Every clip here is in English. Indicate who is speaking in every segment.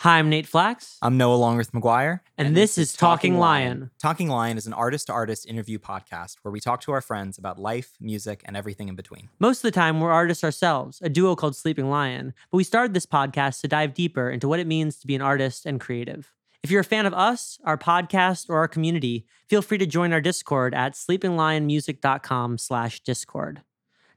Speaker 1: Hi, I'm Nate Flax,
Speaker 2: I'm Noah Longworth McGuire.
Speaker 1: and, this is Talking Lion.
Speaker 2: Talking Lion is an artist to artist interview podcast where we talk to our friends about life, music, and everything in between.
Speaker 1: Most of the time, we're artists ourselves, a duo called Sleeping Lion, but we started this podcast to dive deeper into what it means to be an artist and creative. If you're a fan of us, our podcast, or our community, feel free to join our Discord at sleepinglionmusic.com slash Discord.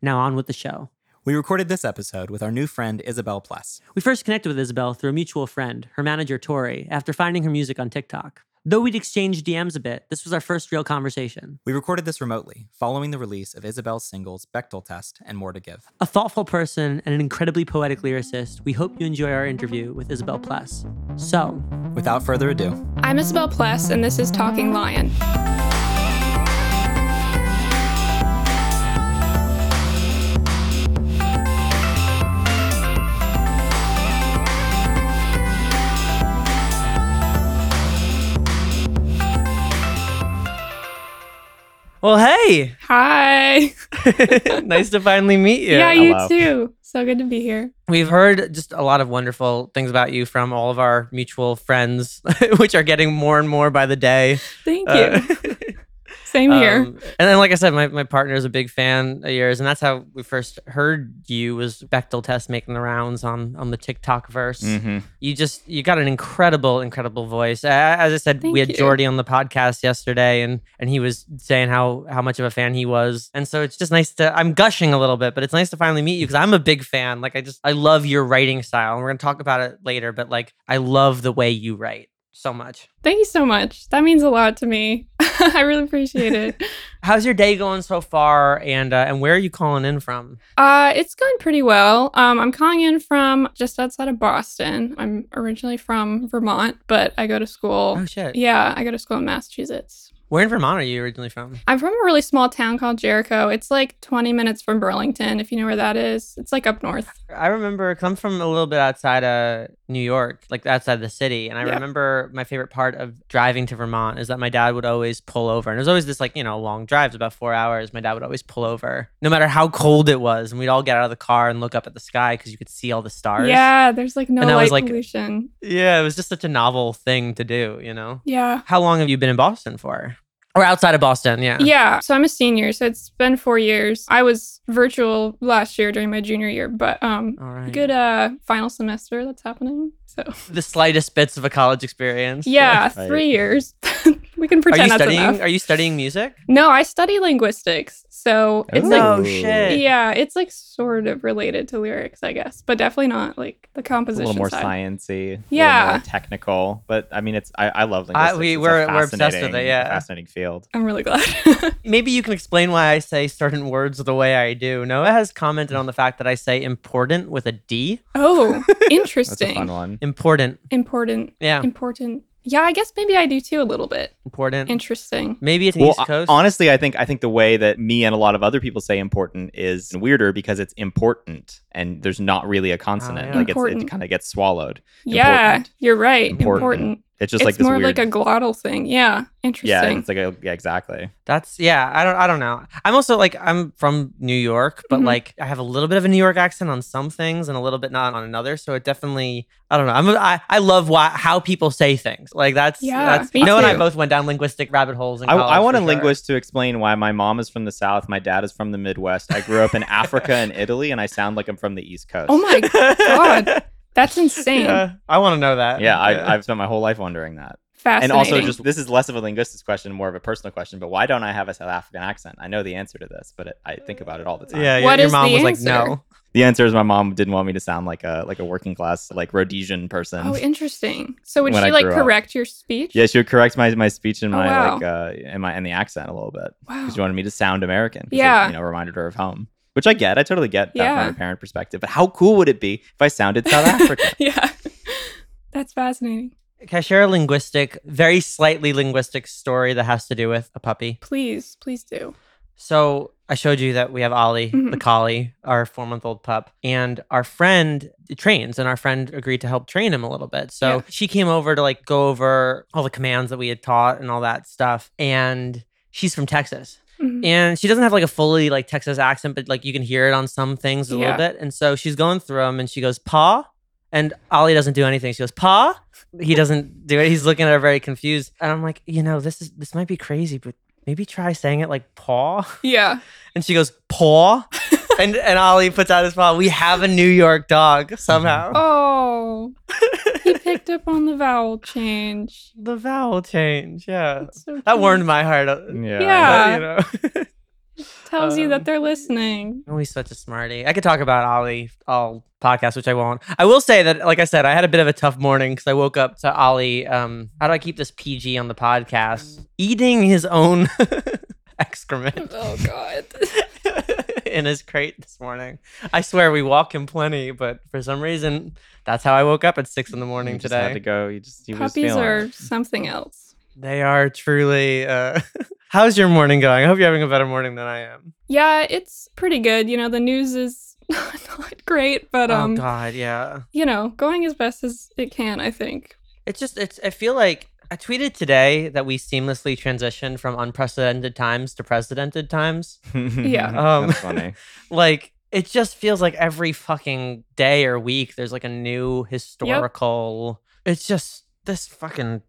Speaker 1: Now on with the show.
Speaker 2: We recorded this episode with our new friend Isabel Pless.
Speaker 1: We first connected with Isabel through a mutual friend, her manager Tori, after finding her music on TikTok. Though we'd exchanged DMs a bit, this was our first real conversation.
Speaker 2: We recorded this remotely following the release of Isabel's singles Bechtel Test and More to Give.
Speaker 1: A thoughtful person and an incredibly poetic lyricist, we hope you enjoy our interview with Isabel Pless. So,
Speaker 2: Without further ado,
Speaker 3: I'm Isabel Pless, and this is Talking Lion.
Speaker 1: well, hey,
Speaker 3: Hi.
Speaker 1: nice to finally meet you.
Speaker 3: Yeah, you
Speaker 4: hello.
Speaker 3: too. So good to be here.
Speaker 1: We've heard just a lot of wonderful things about you from all of our mutual friends, which are getting more and more by the day.
Speaker 3: Thank you.
Speaker 1: Uh,
Speaker 3: Same here.
Speaker 1: um, and then, like I said, my, my partner is a big fan of yours, and that's how we first heard you was Bechtel Test making the rounds on on the TikTok verse.
Speaker 4: Mhm.
Speaker 1: you just you got an incredible incredible voice A- as i said
Speaker 3: Thank
Speaker 1: we had
Speaker 3: you.
Speaker 1: jordy on the podcast yesterday and and he was saying how how much of a fan he was and so it's just nice to i'm gushing a little bit but it's nice to finally meet you because i'm a big fan like i just i love your writing style and we're gonna talk about it later but like i love the way you write so much
Speaker 3: Thank you so much. That means a lot to me. I really appreciate it.
Speaker 1: how's your day going so far and uh, and where are you calling in from
Speaker 3: Uh, it's going pretty well. Um, I'm calling in from just outside of Boston. I'm originally from Vermont, but I go to school.
Speaker 1: oh shit
Speaker 3: Yeah, I go to school in Massachusetts.
Speaker 1: where in vermont are you originally from
Speaker 3: I'm from a really small town called Jericho. It's like 20 minutes from Burlington, if you know where that is. It's like up north.
Speaker 1: I remember because I'm from a little bit outside of New York, like outside the city. And I
Speaker 3: Yeah.
Speaker 1: remember my favorite part of driving to Vermont is that my dad would always pull over. And it was always this, like, you know, long drives, about four hours. My dad would always pull over, no matter how cold it was. And we'd all get out of the car and look up at the sky because you could see all the stars.
Speaker 3: Yeah, there's like no
Speaker 1: And that
Speaker 3: light
Speaker 1: was, like-
Speaker 3: pollution.
Speaker 1: Yeah. It was just such a novel thing to do, you know?
Speaker 3: Yeah.
Speaker 1: How long have you been in Boston for? Or outside of Boston, yeah.
Speaker 3: Yeah. So I'm a senior, so it's been four years. I was virtual last year during my junior year, but um
Speaker 1: All Oh, right.
Speaker 3: good uh final semester that's happening. So
Speaker 1: The slightest bits of a college experience.
Speaker 3: yeah,
Speaker 4: Right.
Speaker 3: three years. we can
Speaker 1: Are you
Speaker 3: pretend that's
Speaker 1: studying?
Speaker 3: enough.
Speaker 1: Are you studying music?
Speaker 3: No, I study linguistics. So it's like
Speaker 1: No Oh, shit.
Speaker 3: yeah, it's like sort of related to lyrics, I guess, but definitely not like the
Speaker 4: It's a
Speaker 3: composition
Speaker 4: little more
Speaker 3: side.
Speaker 4: sciency, a
Speaker 3: Yeah.
Speaker 4: little more technical. But I mean, it's I, I love
Speaker 1: I-
Speaker 4: linguistics.
Speaker 1: we-
Speaker 4: It's a
Speaker 1: we're- we're obsessed with it,
Speaker 4: fascinating-
Speaker 1: yeah.
Speaker 4: fascinating field.
Speaker 3: I'm really glad.
Speaker 1: maybe you can explain why I say certain words the way I do. Noah has commented on the fact that I say important with a D.
Speaker 3: oh,
Speaker 4: That's a fun
Speaker 3: interesting.
Speaker 4: one.
Speaker 1: Important.
Speaker 3: Important.
Speaker 1: Yeah,
Speaker 3: Important. Yeah, I guess maybe I do too a little bit.
Speaker 1: important.
Speaker 3: Interesting.
Speaker 1: maybe it's an
Speaker 4: Well,
Speaker 1: East Coast.
Speaker 4: honestly, I think I think the way that me and a lot of other people say important is weirder because it's important, and there's not really a consonant.
Speaker 1: Ah, yeah.
Speaker 4: Like it's,
Speaker 3: Important.
Speaker 4: it kind of gets swallowed.
Speaker 3: Yeah,
Speaker 4: Important.
Speaker 3: you're right. Important.
Speaker 4: It's just
Speaker 3: It's
Speaker 4: like this
Speaker 3: more
Speaker 4: weird.
Speaker 3: like a glottal thing. Yeah.
Speaker 4: yeah,
Speaker 3: Interesting.
Speaker 4: it's like a, yeah, exactly.
Speaker 1: That's yeah. I don't. I don't know. I'm also like I'm from New York, but
Speaker 3: Mhm.
Speaker 1: like I have a little bit of a New York accent on some things and a little bit not on another. So it definitely. I don't know. I'm. I, I love why how people say things. Like that's.
Speaker 3: Yeah,
Speaker 1: That's,
Speaker 3: me
Speaker 1: Noah and I
Speaker 3: too.
Speaker 1: both went down linguistic rabbit holes. In
Speaker 4: I,
Speaker 1: college,
Speaker 4: I want
Speaker 1: for
Speaker 4: a
Speaker 1: sure.
Speaker 4: linguist to explain why my mom is from the South, my dad is from the Midwest. I grew up in Africa and Italy, and I sound like I'm from the East Coast.
Speaker 3: oh my God. That's insane.
Speaker 1: Yeah, I want to know that.
Speaker 4: Yeah, I, I've spent my whole life wondering that. And
Speaker 3: Fascinating.
Speaker 4: also, just this is less of a linguistics question, more of a personal question. But why don't I have a South African accent? I know the answer to this, but it, I think about it all the time.
Speaker 1: Yeah, yeah,
Speaker 3: What
Speaker 1: your
Speaker 3: is
Speaker 1: mom
Speaker 3: the
Speaker 1: was like,
Speaker 3: answer?
Speaker 1: no.
Speaker 4: The answer is my mom didn't want me to sound like a like a working class like Rhodesian person.
Speaker 3: Oh, interesting. So would
Speaker 4: When
Speaker 3: she
Speaker 4: I
Speaker 3: like
Speaker 4: grew up.
Speaker 3: correct your speech?
Speaker 4: yeah, she would correct my, my speech and
Speaker 3: Oh,
Speaker 4: my
Speaker 3: wow.
Speaker 4: like uh and my and the accent a little bit
Speaker 3: Wow.
Speaker 4: because she wanted me to sound American. 'cause it,
Speaker 3: Yeah.
Speaker 4: you know, reminded her of home, which I get. I totally get that
Speaker 3: Yeah.
Speaker 4: from a parent perspective. But how cool would it be if I sounded South African?
Speaker 3: yeah. That's fascinating.
Speaker 1: Can I share a linguistic, very slightly linguistic story that has to do with a puppy?
Speaker 3: Please, please do.
Speaker 1: So I showed you that we have Ollie, the
Speaker 3: Mhm.
Speaker 1: collie, our four month old pup, and our friend trains, and our friend agreed to help train him a little bit. So
Speaker 3: Yeah.
Speaker 1: she came over to like go over all the commands that we had taught and all that stuff. And she's from Texas.
Speaker 3: Mhm.
Speaker 1: and she doesn't have like a fully like Texas accent, but like you can hear it on some things a
Speaker 3: Yeah.
Speaker 1: little bit. And so she's going through them, and she goes paw, And Ollie doesn't do anything. She goes, "Pa." He doesn't do it. He's looking at her very confused. And I'm like, you know, this is this might be crazy, but maybe try saying it like "paw."
Speaker 3: Yeah.
Speaker 1: And she goes, "Paw." and and Ollie puts out his paw. We have a New York dog somehow.
Speaker 3: Oh. he picked up on the vowel change.
Speaker 1: The vowel change.
Speaker 4: Uh,
Speaker 1: Yeah,
Speaker 3: That's so
Speaker 1: that
Speaker 3: cute.
Speaker 1: warmed my heart. up.
Speaker 3: Yeah.
Speaker 1: But, you know.
Speaker 3: tells you
Speaker 1: um,
Speaker 3: that they're listening.
Speaker 1: Oh, he's such a smarty. I could talk about Ollie all podcast, which I won't. I will say that, like I said, I had a bit of a tough morning because I woke up to Ollie. Um, how do I keep this PG on the podcast? Eating his own excrement
Speaker 3: Oh god.
Speaker 1: in his crate this morning. I swear we walk him plenty, but for some reason, that's how I woke up at six in the morning
Speaker 4: You just
Speaker 1: today.
Speaker 4: had to go. You just you was
Speaker 3: Puppies
Speaker 4: feeling it.
Speaker 3: are something else.
Speaker 1: They are truly. Uh, how's your morning going? I hope you're having a better morning than I am.
Speaker 3: Yeah, it's pretty good. You know, the news is not great, but
Speaker 1: oh
Speaker 3: um,
Speaker 1: God, yeah.
Speaker 3: you know, going as best as it can, I think.
Speaker 1: It's just it's I feel like I tweeted today that we seamlessly transitioned from unprecedented times to precedented times.
Speaker 3: Yeah.
Speaker 1: Um,
Speaker 4: That's funny.
Speaker 1: Like it just feels like every fucking day or week there's like a new historical it's just this fucking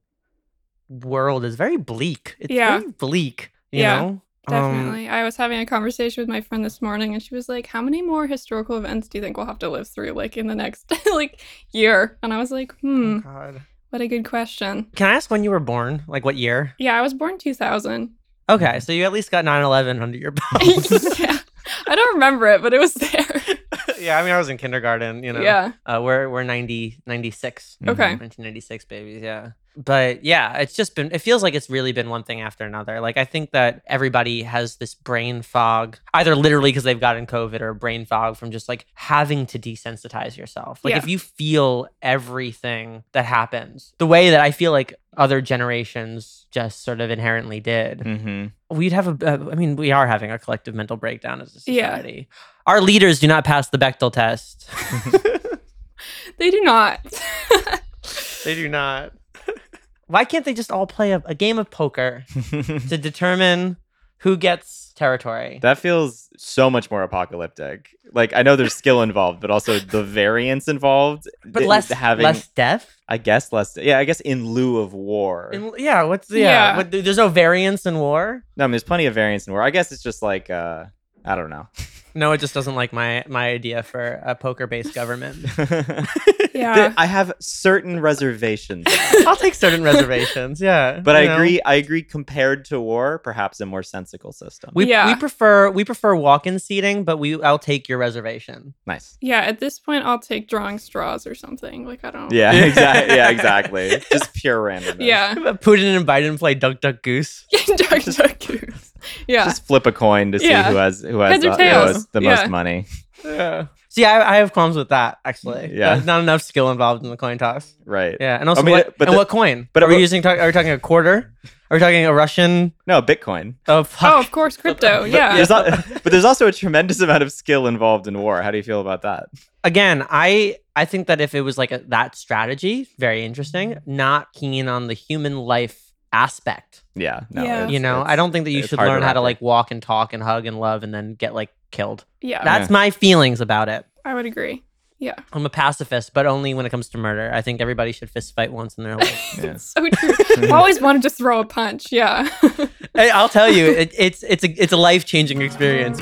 Speaker 1: world is very bleak. It's
Speaker 3: Yeah.
Speaker 1: very bleak, you
Speaker 3: Yeah,
Speaker 1: know? Um,
Speaker 3: Definitely. I was having a conversation with my friend this morning and she was like, How many more historical events do you think we'll have to live through like in the next like year? And I was like,
Speaker 1: oh,
Speaker 3: Hmm,
Speaker 1: God.
Speaker 3: what a good question.
Speaker 1: Can I ask when you were born? Like what year?
Speaker 3: Yeah, I was born two thousand.
Speaker 1: Okay, so you at least got 9/11 under your belt.
Speaker 3: yeah. I don't remember it, but it was there.
Speaker 1: yeah, I mean I was in kindergarten, you know.
Speaker 3: Yeah.
Speaker 1: Uh, we're we're 90, 96.
Speaker 3: Mm-hmm. Okay.
Speaker 1: 1996 babies, yeah. But yeah, it's just been, it feels like it's really been one thing after another. Like, I think that everybody has this brain fog, either literally because they've gotten COVID or brain fog from just like having to desensitize yourself. Like,
Speaker 3: Yeah.
Speaker 1: if you feel everything that happens the way that I feel like other generations just sort of inherently did,
Speaker 3: Mm.
Speaker 4: hmm
Speaker 1: we'd have a uh, i mean we are having a collective mental breakdown as a
Speaker 3: Yeah.
Speaker 1: society our leaders do not pass the bechtel test
Speaker 3: They do not.
Speaker 1: they do not why can't they just all play a, a game of poker to determine who gets territory
Speaker 4: That feels so much more apocalyptic. Like I know there's skill involved, but also the variance involved.
Speaker 1: but
Speaker 4: th-
Speaker 1: less
Speaker 4: having,
Speaker 1: less death
Speaker 4: I guess less. Yeah, I guess in lieu of war.
Speaker 1: In- yeah what's yeah,
Speaker 3: Yeah.
Speaker 1: What, there's no variance in war
Speaker 4: no, I mean, there's plenty of variance in war. I guess it's just like uh, I don't know.
Speaker 1: no it just doesn't like my my idea for a poker based government
Speaker 3: Uh. Yeah.
Speaker 4: I have certain reservations,
Speaker 1: i'll take certain reservations yeah
Speaker 4: but I
Speaker 1: you know.
Speaker 4: agree. I agree. Compared to war, perhaps a more sensical system.
Speaker 1: we,
Speaker 3: Yeah.
Speaker 1: we prefer we prefer walk-in seating but we i'll take your reservation
Speaker 4: nice.
Speaker 3: yeah, at this point I'll take drawing straws or something. Like I don't
Speaker 4: Yeah,
Speaker 1: Yeah.
Speaker 4: exactly. Yeah, exactly. Just pure randomness.
Speaker 3: Yeah.
Speaker 1: Putin and Biden play Duck Duck Goose.
Speaker 3: Duck, duck, goose. Yeah.
Speaker 4: Just flip a coin to see
Speaker 3: Yeah.
Speaker 4: who has who has
Speaker 3: Heads
Speaker 4: the,
Speaker 3: or
Speaker 4: who
Speaker 3: tails.
Speaker 4: has the
Speaker 3: Yeah.
Speaker 4: most money.
Speaker 1: Yeah. See, I, I have qualms with that actually.
Speaker 4: Yeah.
Speaker 1: There's not enough skill involved in the coin toss.
Speaker 4: Right.
Speaker 1: Yeah, and also
Speaker 4: I mean,
Speaker 1: what,
Speaker 4: but
Speaker 1: and
Speaker 4: the-
Speaker 1: what coin? But
Speaker 4: but
Speaker 1: are we
Speaker 4: what-
Speaker 1: using? Are we talking a quarter? Are we talking a Russian?
Speaker 4: No, Bitcoin.
Speaker 1: Oh
Speaker 3: Oh,
Speaker 1: fuck!
Speaker 3: of course, crypto. Yeah.
Speaker 4: There's not, but there's also a tremendous amount of skill involved in war. How do you feel about that?
Speaker 1: Again, I I think that if it was like a, that strategy, very interesting. Not keen on the human life aspect.
Speaker 4: Yeah. No,
Speaker 3: Yeah.
Speaker 4: it's-
Speaker 1: you know,
Speaker 4: it's-
Speaker 1: I don't think that you
Speaker 4: it's
Speaker 1: should
Speaker 4: hard to
Speaker 1: learn how to
Speaker 4: wrap
Speaker 1: like walk and talk and hug and love and then get like killed.
Speaker 3: Yeah,
Speaker 1: That's my feelings about it.
Speaker 3: I would agree. Yeah.
Speaker 1: I'm a pacifist, but only when it comes to murder. I think everybody should fist fight once in their life.
Speaker 4: Yeah.
Speaker 3: So true. I always wanted to throw a punch. Yeah.
Speaker 1: Hey, I'll tell you, it, it's it's a it's a life changing experience.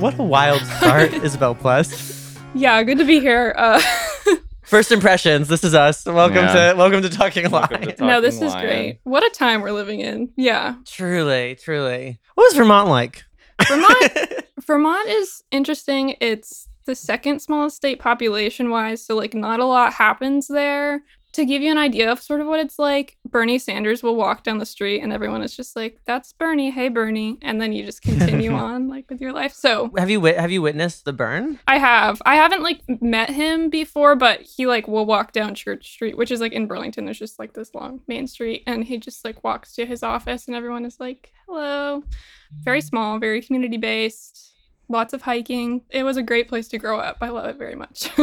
Speaker 1: What a wild start, Isabel Plus.
Speaker 3: yeah. Good to be here. Uh,
Speaker 1: First impressions. This is us. Welcome
Speaker 4: Yeah.
Speaker 1: to welcome to Talking Live.
Speaker 4: Welcome to Talking-
Speaker 3: no, this is
Speaker 4: lion.
Speaker 3: great. What a time we're living in. Yeah.
Speaker 1: truly, truly. What was Vermont like?
Speaker 3: Vermont. Vermont is interesting. It's the second smallest state population wise, so like not a lot happens there. To give you an idea of sort of what it's like, Bernie Sanders will walk down the street and everyone is just like, "That's Bernie. Hey, Bernie," and then you just continue on like with your life. So
Speaker 1: have you wit- have you witnessed the burn?
Speaker 3: I have. I haven't like met him before, but he like will walk down Church Street, which is like in Burlington. There's just like this long main street, and he just like walks to his office, and everyone is like, "Hello."
Speaker 1: Mm.
Speaker 3: Very small, very community based. Lots of hiking. It was a great place to grow up. I love it very much.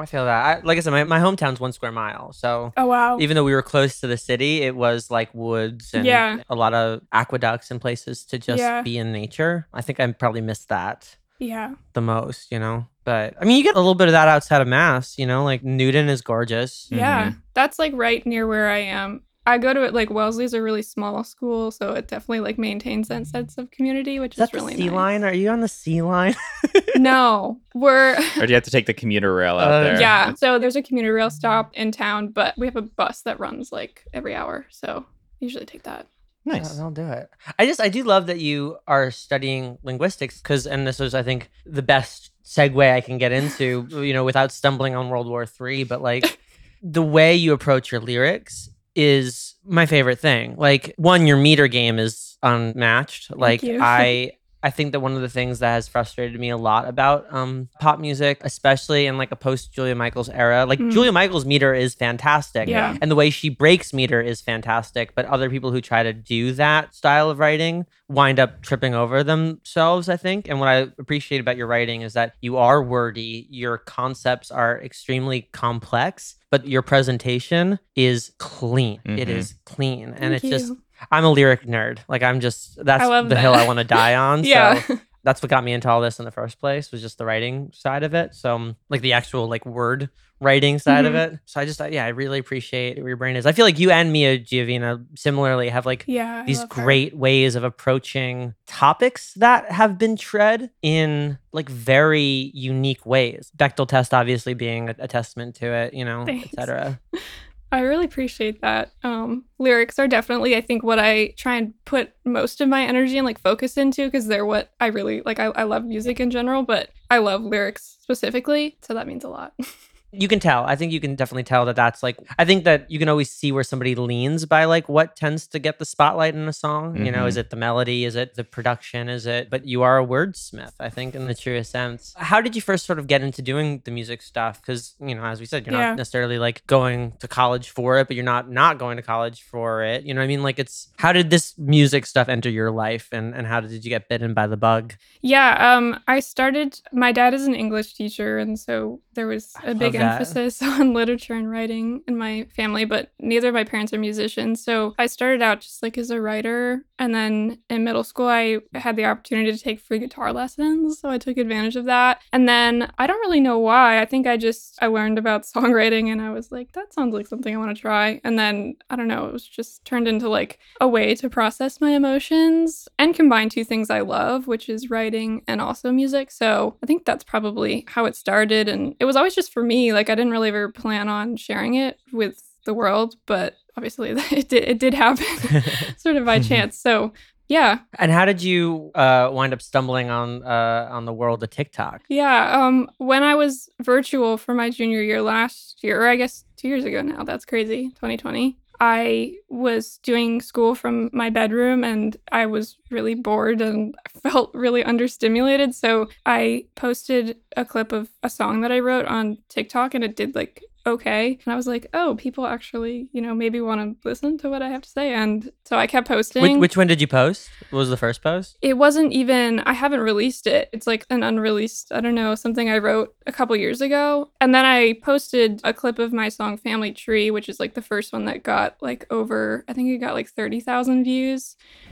Speaker 1: I feel that. I, like I said, my, my hometown's one square mile. So
Speaker 3: Oh wow.
Speaker 1: even though we were close to the city, it was like woods and
Speaker 3: Yeah.
Speaker 1: a lot of aqueducts and places to just
Speaker 3: Yeah.
Speaker 1: be in nature. I think I probably missed that
Speaker 3: yeah.
Speaker 1: the most, you know? But I mean, you get a little bit of that outside of Mass, you know? Like Newton is gorgeous.
Speaker 3: Yeah. That's like right near where I am. I go to it like Wellesley's a really small school, so it definitely like maintains that sense of community, which
Speaker 1: Is that
Speaker 3: is really
Speaker 1: the sea
Speaker 3: nice.
Speaker 1: line? Are you on the sea line?
Speaker 3: No. We're
Speaker 4: Or do you have to take the commuter rail out
Speaker 1: Uh,
Speaker 4: there?
Speaker 3: Yeah. So there's a commuter rail stop in town, but we have a bus that runs like every hour. So I usually take that.
Speaker 1: Yeah,
Speaker 4: Nice.
Speaker 1: They'll do it. I just I do love that you are studying linguistics because and this was I think the best segue I can get into you know without stumbling on World War Three, but like the way you approach your lyrics is my favorite thing. Like one, your meter game is unmatched. like
Speaker 3: you.
Speaker 1: I. I think that one of the things that has frustrated me a lot about um, pop music, especially in like a post Julia Michaels era, like
Speaker 3: Mm.
Speaker 1: Julia Michaels' meter is fantastic
Speaker 3: Yeah.
Speaker 1: and the way she breaks meter is fantastic but other people who try to do that style of writing wind up tripping over themselves i think and what i appreciate about your writing is that you are wordy your concepts are extremely complex but your presentation is clean It
Speaker 4: Mhm.
Speaker 1: is clean and
Speaker 3: Thank
Speaker 1: it's just
Speaker 3: you.
Speaker 1: i'm a lyric nerd like i'm just that's the
Speaker 3: love
Speaker 1: hill i
Speaker 3: that.
Speaker 1: want to die on
Speaker 3: yeah.
Speaker 1: so that's what got me into all this in the first place was just the writing side of it. So um, like the actual like word writing side
Speaker 3: Mm-hmm.
Speaker 1: of it. So I just I, yeah, I really appreciate where your brain is. I feel like you and Mia Giovina similarly have like
Speaker 3: yeah. I
Speaker 1: these
Speaker 3: love her.
Speaker 1: great ways of approaching topics that have been tread in like very unique ways. Bechtel test obviously being a, a testament to it, you know,
Speaker 3: Thanks.
Speaker 1: etc.
Speaker 3: I really appreciate that. Um, lyrics are definitely, I think, what I try and put most of my energy and like focus into because they're what I really like. I, I love music in general, but I love lyrics specifically. So that means a lot.
Speaker 1: You can tell. I think you can definitely tell that that's like I think that you can always see where somebody leans by like what tends to get the spotlight in a song. You know,
Speaker 4: Mhm.
Speaker 1: is it the melody? Is it the production? Is it but you are a wordsmith, I think in the truest sense. How did you first sort of get into doing the music stuff cuz you know, as we said, you're
Speaker 3: Yeah.
Speaker 1: not necessarily like going to college for it, but you're not not going to college for it. You know what I mean? Like it's how did this music stuff enter your life and and how did you get bitten by the bug?
Speaker 3: Yeah, um, I started. My dad is an English teacher, and so there was
Speaker 1: I
Speaker 3: a big
Speaker 1: love that.
Speaker 3: emphasis on literature and writing in my family. But neither of my parents are musicians, so I started out just like as a writer, and then in middle school, I had the opportunity to take free guitar lessons, so I took advantage of that. And then I don't really know why. I think I just I learned about songwriting, and I was like, that sounds like something I want to try. And then I don't know, it was just turned into like a way to process my emotions and combine two things I love, which is writing and also music. So I think that's probably how it started. And it was always just for me. Like I didn't really ever plan on sharing it with the world, but obviously it did, it did happen sort of by chance. So yeah,
Speaker 1: And how did you uh, wind up stumbling on uh, on the world of TikTok?
Speaker 3: Yeah. Um, when I was virtual for my junior year last year, or I guess two years ago now, that's crazy, 2020, I was doing school from my bedroom and I was really bored and felt really understimulated. So I posted a clip of a song that I wrote on TikTok and it did like okay. And I was like, oh, people actually, you know, maybe want to listen to what I have to say. And so I kept posting.
Speaker 1: Which, which one did you post? What was the first post?
Speaker 3: it wasn't even i haven't released it it's like an unreleased i don't know something i wrote a couple years ago and then i posted a clip of my song family tree which is like the first one that got like over i think it got like 30000 views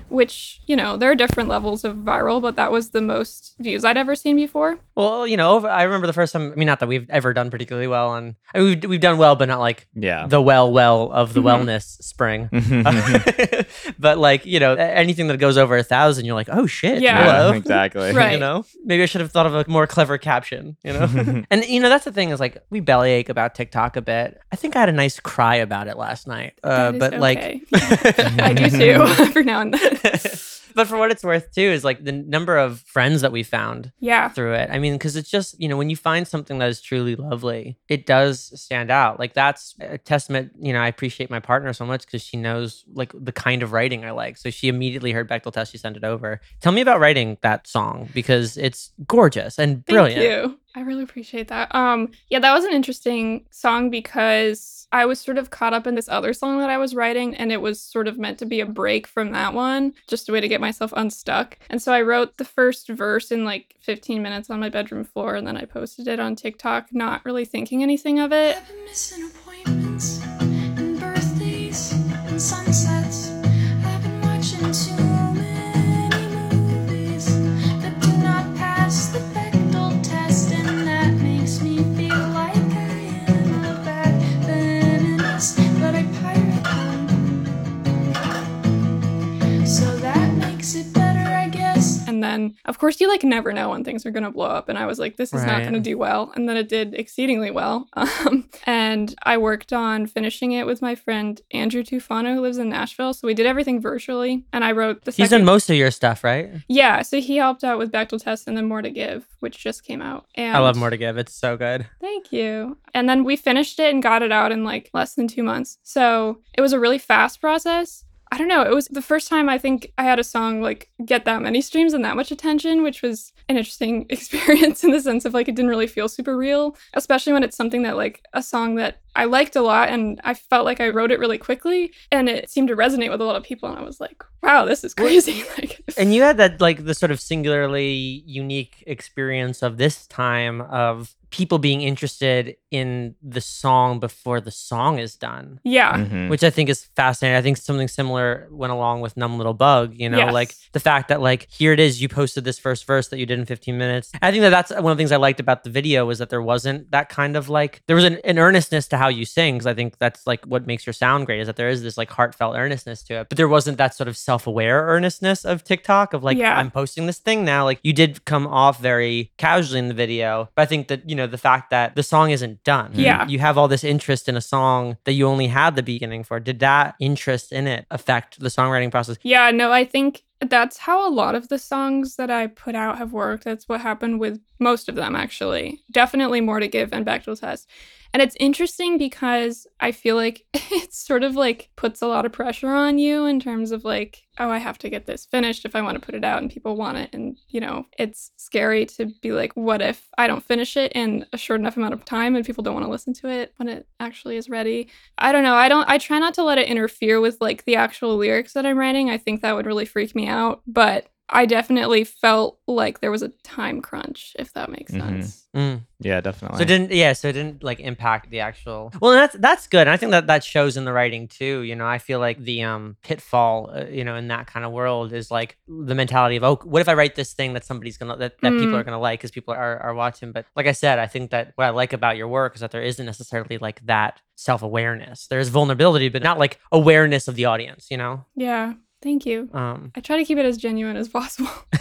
Speaker 3: which you know there are different levels of viral but that was the most views i'd ever seen before
Speaker 1: Well, you know, over, I remember the first time. I mean, not that we've ever done particularly well on. I mean, we've, we've done well, but not like
Speaker 4: Yeah.
Speaker 1: the well, well of the
Speaker 3: Mhm.
Speaker 1: wellness spring. but like you know, a- anything that goes over a thousand, you're like, oh shit,
Speaker 3: Yeah.
Speaker 1: hello.
Speaker 4: Exactly.
Speaker 3: Right.
Speaker 1: You know, maybe I should have thought of a more clever caption. You
Speaker 4: Mm-hmm.
Speaker 1: know. And you know that's the thing is like we bellyache about TikTok a bit. I think I had a nice cry about it last night. Uh,
Speaker 3: That is
Speaker 1: but like
Speaker 3: okay. i do too every now and then
Speaker 1: but for what it's worth too is like the number of friends that we found
Speaker 3: yeah
Speaker 1: through it i mean because it's just you know when you find something that is truly lovely it does stand out like that's a testament you know i appreciate my partner so much because she knows like the kind of writing i like so she immediately heard bechtel test she sent it over tell me about writing that song because it's gorgeous and
Speaker 3: Thank
Speaker 1: brilliant
Speaker 3: you. I really appreciate that. Um, yeah, that was an interesting song because I was sort of caught up in this other song that I was writing, and it was sort of meant to be a break from that one, just a way to get myself unstuck. And so I wrote the first verse in like 15 minutes on my bedroom floor, and then I posted it on TikTok, not really thinking anything of it.
Speaker 5: I've been missing appointments and birthdays and sunsets. I've been watching too many movies that do not pass the Bechdel test, and that makes me feel like I am a bad feminist, but I pirate them. So that makes it better, I guess.
Speaker 3: And then, of course, you like never know when things are going to blow up. And I was like, this is not
Speaker 1: Right.
Speaker 3: going to do well. And then it did exceedingly well. Um, and I worked on finishing it with my friend Andrew Tufano, who lives in Nashville. So we did everything virtually. And I wrote the
Speaker 1: He's
Speaker 3: second.
Speaker 1: done most of your stuff, right?
Speaker 3: yeah. So he helped out with Bechtel Test and then More to Give, which just came out. And
Speaker 1: I love More to Give. It's so good.
Speaker 3: Thank you. And then we finished it and got it out in like less than two months. So it was a really fast process. I don't know. It was the first time I think I had a song like get that many streams and that much attention, which was an interesting experience in the sense of like it didn't really feel super real, especially when it's something that like a song that I liked a lot and I felt like I wrote it really quickly and it seemed to resonate with a lot of people. And I was like, wow, this is crazy. like,
Speaker 1: And you had that like the sort of singularly unique experience of this time of people being interested in the song before the song is done.
Speaker 3: yeah.
Speaker 4: Mhm.
Speaker 1: Which I think is fascinating. I think something similar went along with Numb Little Bug, you know, like
Speaker 3: Yes.
Speaker 1: the fact that like here it is, you posted this first verse that you did in 15 minutes. I think that that's one of the things I liked about the video was that there wasn't that kind of like there was an, an earnestness to how you sing because I think that's like what makes your sound great is that there is this like heartfelt earnestness to it, but there wasn't that sort of self-aware earnestness of TikTok of like
Speaker 3: Yeah.
Speaker 1: I'm posting this thing now. Like you did come off very casually in the video, but I think that you know the fact that the song isn't done. You-
Speaker 3: Yeah.
Speaker 1: you have all this interest in a song that you only had the beginning for. Did that interest in it affect the songwriting process?
Speaker 3: Yeah, no, I think that's how a lot of the songs that I put out have worked. That's what happened with most of them, actually. Definitely more to give and back to test. And it's interesting because I feel like it sort of like puts a lot of pressure on you in terms of like, oh, I have to get this finished if I want to put it out and people want it. And, you know, it's scary to be like, what if I don't finish it in a short enough amount of time and people don't want to listen to it when it actually is ready? I don't know. I don't I try not to let it interfere with like the actual lyrics that I'm writing. I think that would really freak me out, but I definitely felt like there was a time crunch, if that makes
Speaker 4: Mhm.
Speaker 3: sense.
Speaker 1: Mm.
Speaker 4: Yeah, definitely.
Speaker 1: So it didn't yeah, so it didn't like impact the actual. Well, and that's that's good. And I think that that shows in the writing too. You know, I feel like the um pitfall, uh, you know, in that kind of world is like the mentality of oh, what if I write this thing that somebody's gonna that, that people
Speaker 3: Mm.
Speaker 1: are gonna like because people are are watching. But like I said, I think that what I like about your work is that there isn't necessarily like that self awareness. There is vulnerability, but not like awareness of the audience. You know.
Speaker 3: Yeah. Thank you.
Speaker 1: Um,
Speaker 3: I try to keep it as genuine as possible.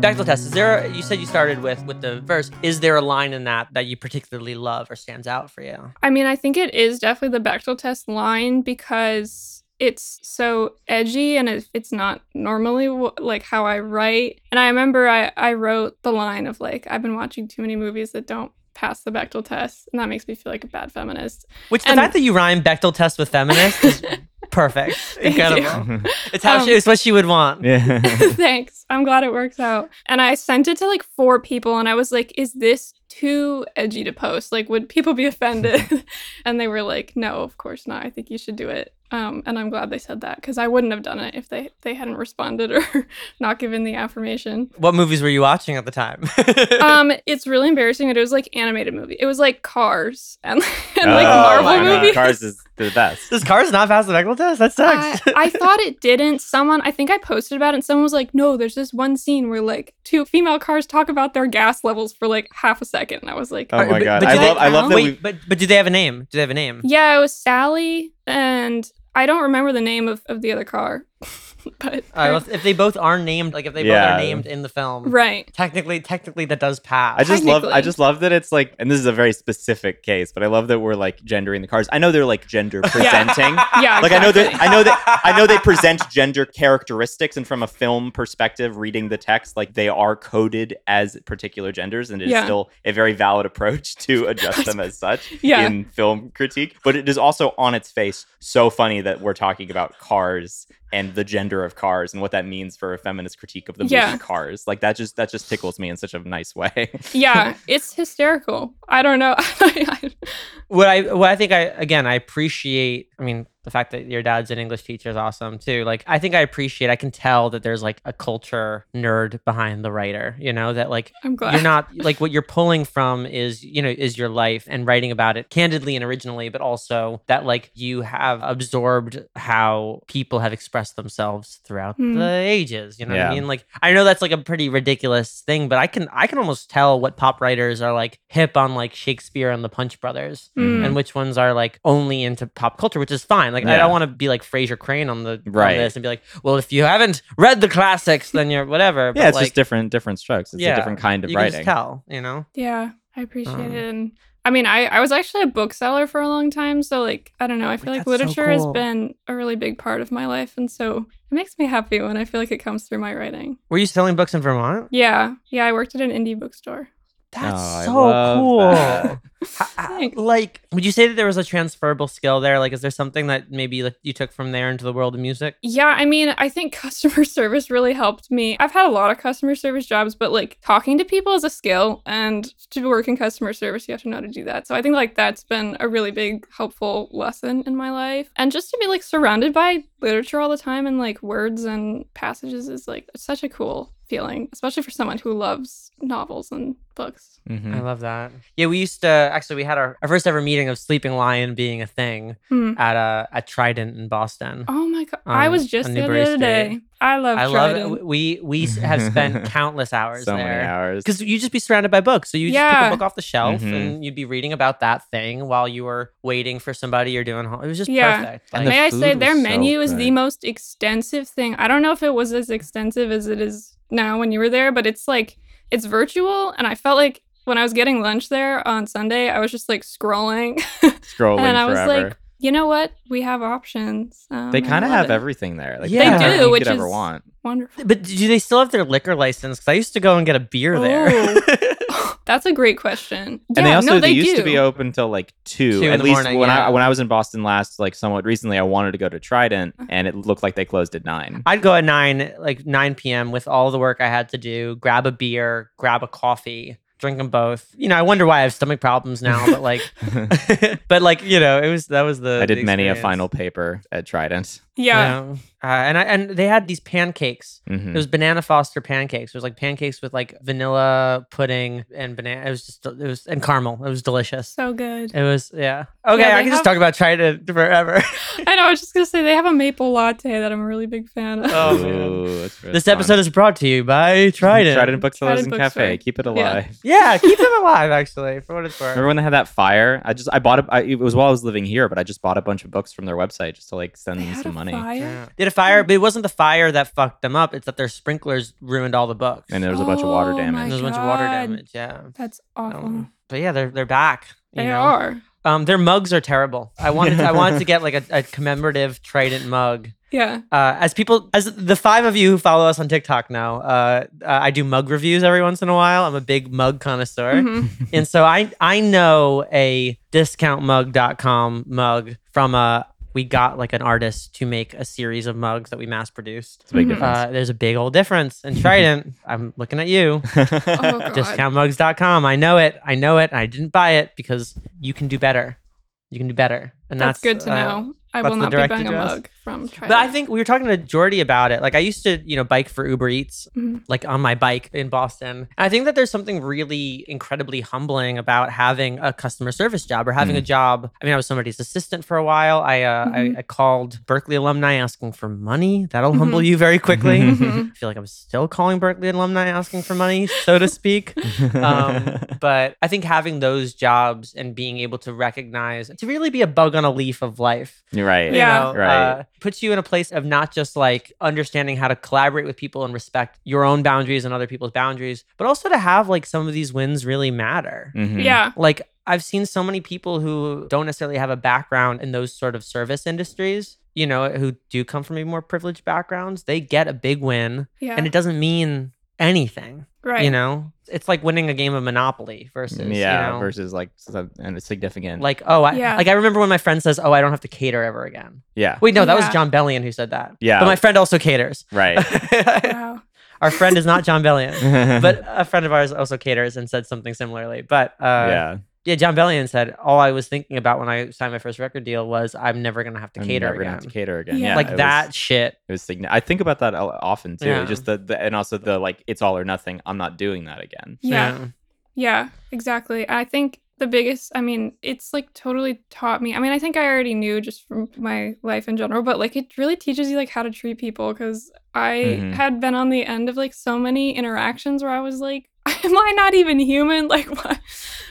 Speaker 1: Bechtel test. Is there? You said you started with with the verse. Is there a line in that that you particularly love or stands out for you?
Speaker 3: I mean, I think it is definitely the Bechtel test line because it's so edgy and it, it's not normally wh- like how I write. And I remember I, I wrote the line of like, I've been watching too many movies that don't pass the Bechtel test. And that makes me feel like a bad feminist.
Speaker 1: Which the
Speaker 3: And-
Speaker 1: fact that you rhyme Bechtel test with feminist is perfect,
Speaker 3: Thank you. Um,
Speaker 1: incredible. It's how she, it's what she would want.
Speaker 4: yeah.
Speaker 3: Thanks. I'm glad it works out. And I sent it to like four people and I was like, is this too edgy to post? Like, would people be offended? and they were like, no, of course not. I think you should do it. Um, and I'm glad they said that because I wouldn't have done it if they, they hadn't responded or not given the affirmation.
Speaker 1: What movies were you watching at the time?
Speaker 3: Um, it's really embarrassing that it was like animated movie. It was like Cars and, and like
Speaker 1: Oh my
Speaker 3: Marvel
Speaker 1: God.
Speaker 3: movies.
Speaker 4: Cars is the best.
Speaker 1: Does Cars not pass the Bechtel test? That
Speaker 3: I,
Speaker 1: sucks.
Speaker 3: I thought it didn't. Someone, I think I posted about it, and someone was like, "No, there's this one scene where like two female cars talk about their gas levels for like half a second. and I was like,
Speaker 4: Oh my
Speaker 1: but-
Speaker 4: god,
Speaker 1: but
Speaker 4: I
Speaker 1: do
Speaker 4: love,
Speaker 3: they
Speaker 4: I love that we.
Speaker 1: Wait, but but do they have a name? Do they have a name?
Speaker 3: "Yeah, it was Sally," and I don't remember the name of, of the other car.
Speaker 1: All
Speaker 3: but
Speaker 1: right, well, if- if they both are named, like if they both
Speaker 4: Yeah.
Speaker 1: are named in the film,
Speaker 3: right.
Speaker 1: technically, technically that does pass.
Speaker 4: I just love I
Speaker 3: Technically.
Speaker 4: just love that it's like and this is a very specific case, but I love that we're like gendering the cars. I know they're like gender presenting.
Speaker 3: Yeah.
Speaker 4: Like I know that
Speaker 3: exactly.
Speaker 4: I know that I know they present gender characteristics and from a film perspective reading the text like they are coded as particular genders and it is
Speaker 3: Yeah.
Speaker 4: still a very valid approach to adjust them as such
Speaker 3: Yeah.
Speaker 4: in film critique, but it is also on its face so funny that we're talking about cars and the gender of cars and what that means for a feminist critique of the
Speaker 3: Yeah.
Speaker 4: movie Cars. Like that just that just tickles me in such a nice way.
Speaker 3: yeah, it's hysterical. I don't know.
Speaker 1: what I what I think I again I appreciate. I mean, the fact that your dad's an English teacher is awesome too. Like, I think I appreciate. I can tell that there's like a culture nerd behind the writer. You know that like
Speaker 3: I'm glad.
Speaker 1: you're not like what you're pulling from is you know is your life and writing about it candidly and originally but also that like you have absorbed how people have expressed themselves throughout
Speaker 3: Hmm.
Speaker 1: the ages you know what i
Speaker 4: Yeah.
Speaker 1: mean like i know that's like a pretty ridiculous thing but i can i can almost tell what pop writers are like hip on like shakespeare and the punch brothers
Speaker 3: Mm.
Speaker 1: and which ones are like only into pop culture, which is fine. Like I
Speaker 4: Yeah.
Speaker 1: don't want to be like Fraser Crane on the
Speaker 4: Right.
Speaker 1: on this and be like, well, if you haven't read the classics, then you're whatever.
Speaker 4: yeah, it's
Speaker 1: like,
Speaker 4: just different different strokes. It's
Speaker 1: Yeah,
Speaker 4: a different kind of
Speaker 1: you Can
Speaker 4: writing.
Speaker 1: just tell, you know.
Speaker 3: Yeah, I appreciate
Speaker 1: Um,
Speaker 3: it. And I mean, I, I was actually a bookseller for a long time. So, like, I don't know. I feel like
Speaker 1: Oh, that's so
Speaker 3: literature
Speaker 1: cool.
Speaker 3: has been a really big part of my life. And so it makes me happy when I feel like it comes through my writing.
Speaker 1: Were you selling books in Vermont?
Speaker 3: Yeah. Yeah. I worked at an indie bookstore.
Speaker 1: That's
Speaker 4: Oh, I
Speaker 1: so
Speaker 4: love
Speaker 1: cool.
Speaker 4: that.
Speaker 1: Ha- ha-
Speaker 3: Thanks.
Speaker 1: like, would you say that there was a transferable skill there? Like, is there something that maybe like you took from there into the world of music?
Speaker 3: Yeah, I mean, I think customer service really helped me. I've had a lot of customer service jobs, but like talking to people is a skill, and to work in customer service, you have to know how to do that. So I think like that's been a really big helpful lesson in my life. And just to be like surrounded by literature all the time and like words and passages is like such a cool feeling, especially for someone who loves novels and books.
Speaker 4: Mhm.
Speaker 1: I love that. Yeah, we used to actually we had our, our first ever meeting of Sleeping Lion being a thing
Speaker 3: Hmm.
Speaker 1: at uh, at Trident in Boston.
Speaker 3: Oh my god, I
Speaker 1: On-
Speaker 3: was just
Speaker 1: on
Speaker 3: there the
Speaker 1: Newbury
Speaker 3: other day.
Speaker 1: Street.
Speaker 3: I love.
Speaker 1: I love it.
Speaker 3: Dryden.
Speaker 1: W- We we s- have spent countless hours
Speaker 4: so many
Speaker 1: there
Speaker 4: hours.
Speaker 1: because you just be surrounded by books. So you just pick
Speaker 3: Yeah.
Speaker 1: a book off the shelf
Speaker 4: Mhm.
Speaker 1: and you'd be reading about that thing while you were waiting for somebody or doing. Home. It was just
Speaker 3: Yeah.
Speaker 1: perfect.
Speaker 4: And
Speaker 1: Like,
Speaker 3: May I
Speaker 4: food
Speaker 3: say
Speaker 4: was
Speaker 3: their
Speaker 4: so
Speaker 3: menu is the
Speaker 4: good.
Speaker 3: most extensive thing. I don't know if it was as extensive as it is now when you were there, but it's like it's virtual and I felt like when I was getting lunch there on Sunday, I was just like scrolling
Speaker 4: Scrolling
Speaker 3: and I was
Speaker 4: forever.
Speaker 3: like, you know what? We have options. Um,
Speaker 4: they
Speaker 3: and I
Speaker 4: kind of
Speaker 3: love
Speaker 4: have
Speaker 3: it.
Speaker 4: everything there. Like
Speaker 1: They
Speaker 4: everything
Speaker 1: do,
Speaker 4: you could
Speaker 3: which
Speaker 4: ever
Speaker 3: is-
Speaker 4: want.
Speaker 3: wonderful.
Speaker 1: but do they still have their liquor license? 'Cause I used to go and get a beer there.
Speaker 4: Oh.
Speaker 3: That's a great question. Yeah,
Speaker 4: and they also
Speaker 3: no,
Speaker 4: they,
Speaker 3: they,
Speaker 4: used
Speaker 3: do.
Speaker 4: to be open till like two.
Speaker 1: Two in
Speaker 4: at
Speaker 1: the
Speaker 4: least
Speaker 1: morning,
Speaker 4: when
Speaker 1: yeah.
Speaker 4: I when I was in Boston last, like somewhat recently, I wanted to go to Trident,
Speaker 3: Uh-huh.
Speaker 4: and it looked like they closed at nine.
Speaker 1: I'd go at nine, like nine p.m. with all the work I had to do. Grab a beer, grab a coffee, drink them both. You know, I wonder why I have stomach problems now, but like, but like, you know, it was that was the.
Speaker 4: I did
Speaker 1: the
Speaker 4: many a
Speaker 1: experience.
Speaker 4: final paper at Trident.
Speaker 3: yeah.
Speaker 1: Yeah. Uh, and I, and they had these pancakes.
Speaker 4: Mhm.
Speaker 1: It was banana foster pancakes. It was like pancakes with like vanilla pudding and banana. It was just it was and caramel. It was delicious.
Speaker 3: So good.
Speaker 1: It was yeah. Okay,
Speaker 3: Yeah,
Speaker 1: I
Speaker 3: they
Speaker 1: can just
Speaker 3: have-
Speaker 1: talk about Trident forever.
Speaker 3: I know. I was just gonna say they have a maple latte that I'm a really big fan of.
Speaker 1: Oh, man.
Speaker 4: Ooh, that's really
Speaker 1: this
Speaker 4: fun.
Speaker 1: episode is brought to you by Trident.
Speaker 4: Trident Booksellers
Speaker 3: Trident
Speaker 4: and Cafe.
Speaker 3: Bookstore.
Speaker 4: Keep it
Speaker 3: Yeah.
Speaker 4: alive.
Speaker 1: Yeah, keep them alive actually for what it's worth.
Speaker 4: Remember when they had that fire? I just I bought a, I, it was while I was living here, but I just bought a bunch of books from their website just to like send
Speaker 3: They
Speaker 4: them
Speaker 3: had
Speaker 4: some
Speaker 3: a
Speaker 4: money.
Speaker 3: fire?
Speaker 1: Yeah. They had a fire, but it wasn't the fire that fucked them up. It's that their sprinklers ruined all the books.
Speaker 4: And there was a bunch of water
Speaker 3: Oh,
Speaker 4: damage.
Speaker 1: And
Speaker 3: my
Speaker 1: there's a bunch of water
Speaker 3: God.
Speaker 1: damage. Yeah.
Speaker 3: That's
Speaker 4: Oh,
Speaker 3: awful.
Speaker 1: Um, but yeah, they're they're back. You
Speaker 3: they
Speaker 1: know?
Speaker 3: are.
Speaker 1: Um, their mugs are terrible. I wanted I wanted to get like a, a commemorative Trident mug.
Speaker 3: Yeah.
Speaker 1: Uh, as people, as the five of you who follow us on TikTok now, uh, uh, I do mug reviews every once in a while. I'm a big mug connoisseur,
Speaker 3: Mhm.
Speaker 1: and so I I know a discountmug.com mug from a we got like an artist to make a series of mugs that we mass produced.
Speaker 4: It's a big
Speaker 3: Mhm.
Speaker 1: Uh,
Speaker 4: difference.
Speaker 1: there's a big old difference. And Trident, I'm looking at you.
Speaker 3: Oh, God.
Speaker 1: discountmugs.com. I know it. I know it. I didn't buy it because you can do better. You can do better. And
Speaker 3: That's,
Speaker 1: that's,
Speaker 3: good to
Speaker 1: uh,
Speaker 3: know. I
Speaker 1: that's
Speaker 3: will
Speaker 1: the
Speaker 3: not be
Speaker 1: direct
Speaker 3: buying
Speaker 1: address.
Speaker 3: a mug from Trident.
Speaker 1: But I think we were talking to Jordy about it. Like I used to, you know, bike for Uber Eats,
Speaker 3: Mhm.
Speaker 1: like on my bike in Boston. And I think that there's something really incredibly humbling about having a customer service job or having a job. I mean, I was somebody's assistant for a while. I, uh, I I called Berkeley alumni asking for money. That'll humble you very quickly.
Speaker 3: Mhm.
Speaker 1: I feel like I'm still calling Berkeley alumni asking for money, so to speak. um, but I think having those jobs and being able to recognize to really be a bug on a leaf of life
Speaker 4: You're right.
Speaker 1: you
Speaker 3: Yeah.
Speaker 1: know,
Speaker 4: Right.
Speaker 1: uh, puts you in a place of not just like understanding how to collaborate with people and respect your own boundaries and other people's boundaries, but also to have like some of these wins really matter.
Speaker 4: Mhm.
Speaker 3: Yeah.
Speaker 1: Like I've seen so many people who don't necessarily have a background in those sort of service industries, you know, who do come from maybe more privileged backgrounds, they get a big win
Speaker 3: Yeah.
Speaker 1: and it doesn't mean anything,
Speaker 3: right.
Speaker 1: you know? It's like winning a game of Monopoly versus, you
Speaker 4: Mm-hmm. Mm, yeah.
Speaker 1: know,
Speaker 4: Versus like sub- and it's significant.
Speaker 1: like, oh, I,
Speaker 3: Yeah.
Speaker 1: like I remember when my friend says, oh, I don't have to cater ever again.
Speaker 4: yeah.
Speaker 1: Wait, no, that was
Speaker 3: Yeah.
Speaker 1: John Bellion who said that.
Speaker 4: Yeah.
Speaker 1: But my friend also caters.
Speaker 4: Right.
Speaker 3: Wow.
Speaker 1: Our friend is not John Bellion, but uh, a friend of ours also caters and said something similarly. But uh, yeah.
Speaker 4: yeah.
Speaker 1: John Bellion said, All I was thinking about when I signed my first record deal was I'm never going to have to
Speaker 4: I'm
Speaker 1: cater
Speaker 4: never gonna
Speaker 1: again.
Speaker 4: have to cater again.
Speaker 3: Yeah.
Speaker 4: Yeah.
Speaker 1: like
Speaker 4: it
Speaker 1: that
Speaker 4: Was,
Speaker 1: shit.
Speaker 4: it was signi- I think about that a- often too.
Speaker 1: Yeah.
Speaker 4: Just the, the and also the like it's all or nothing. I'm not doing that again.
Speaker 3: Yeah. Yeah, exactly. I think the biggest, I mean, it's like totally taught me. I mean, I think I already knew just from my life in general, but like it really teaches you like how to treat people because I
Speaker 1: Mm-hmm.
Speaker 4: Mhm.
Speaker 3: had been on the end of like so many interactions where I was like, am I not even human? Like, what?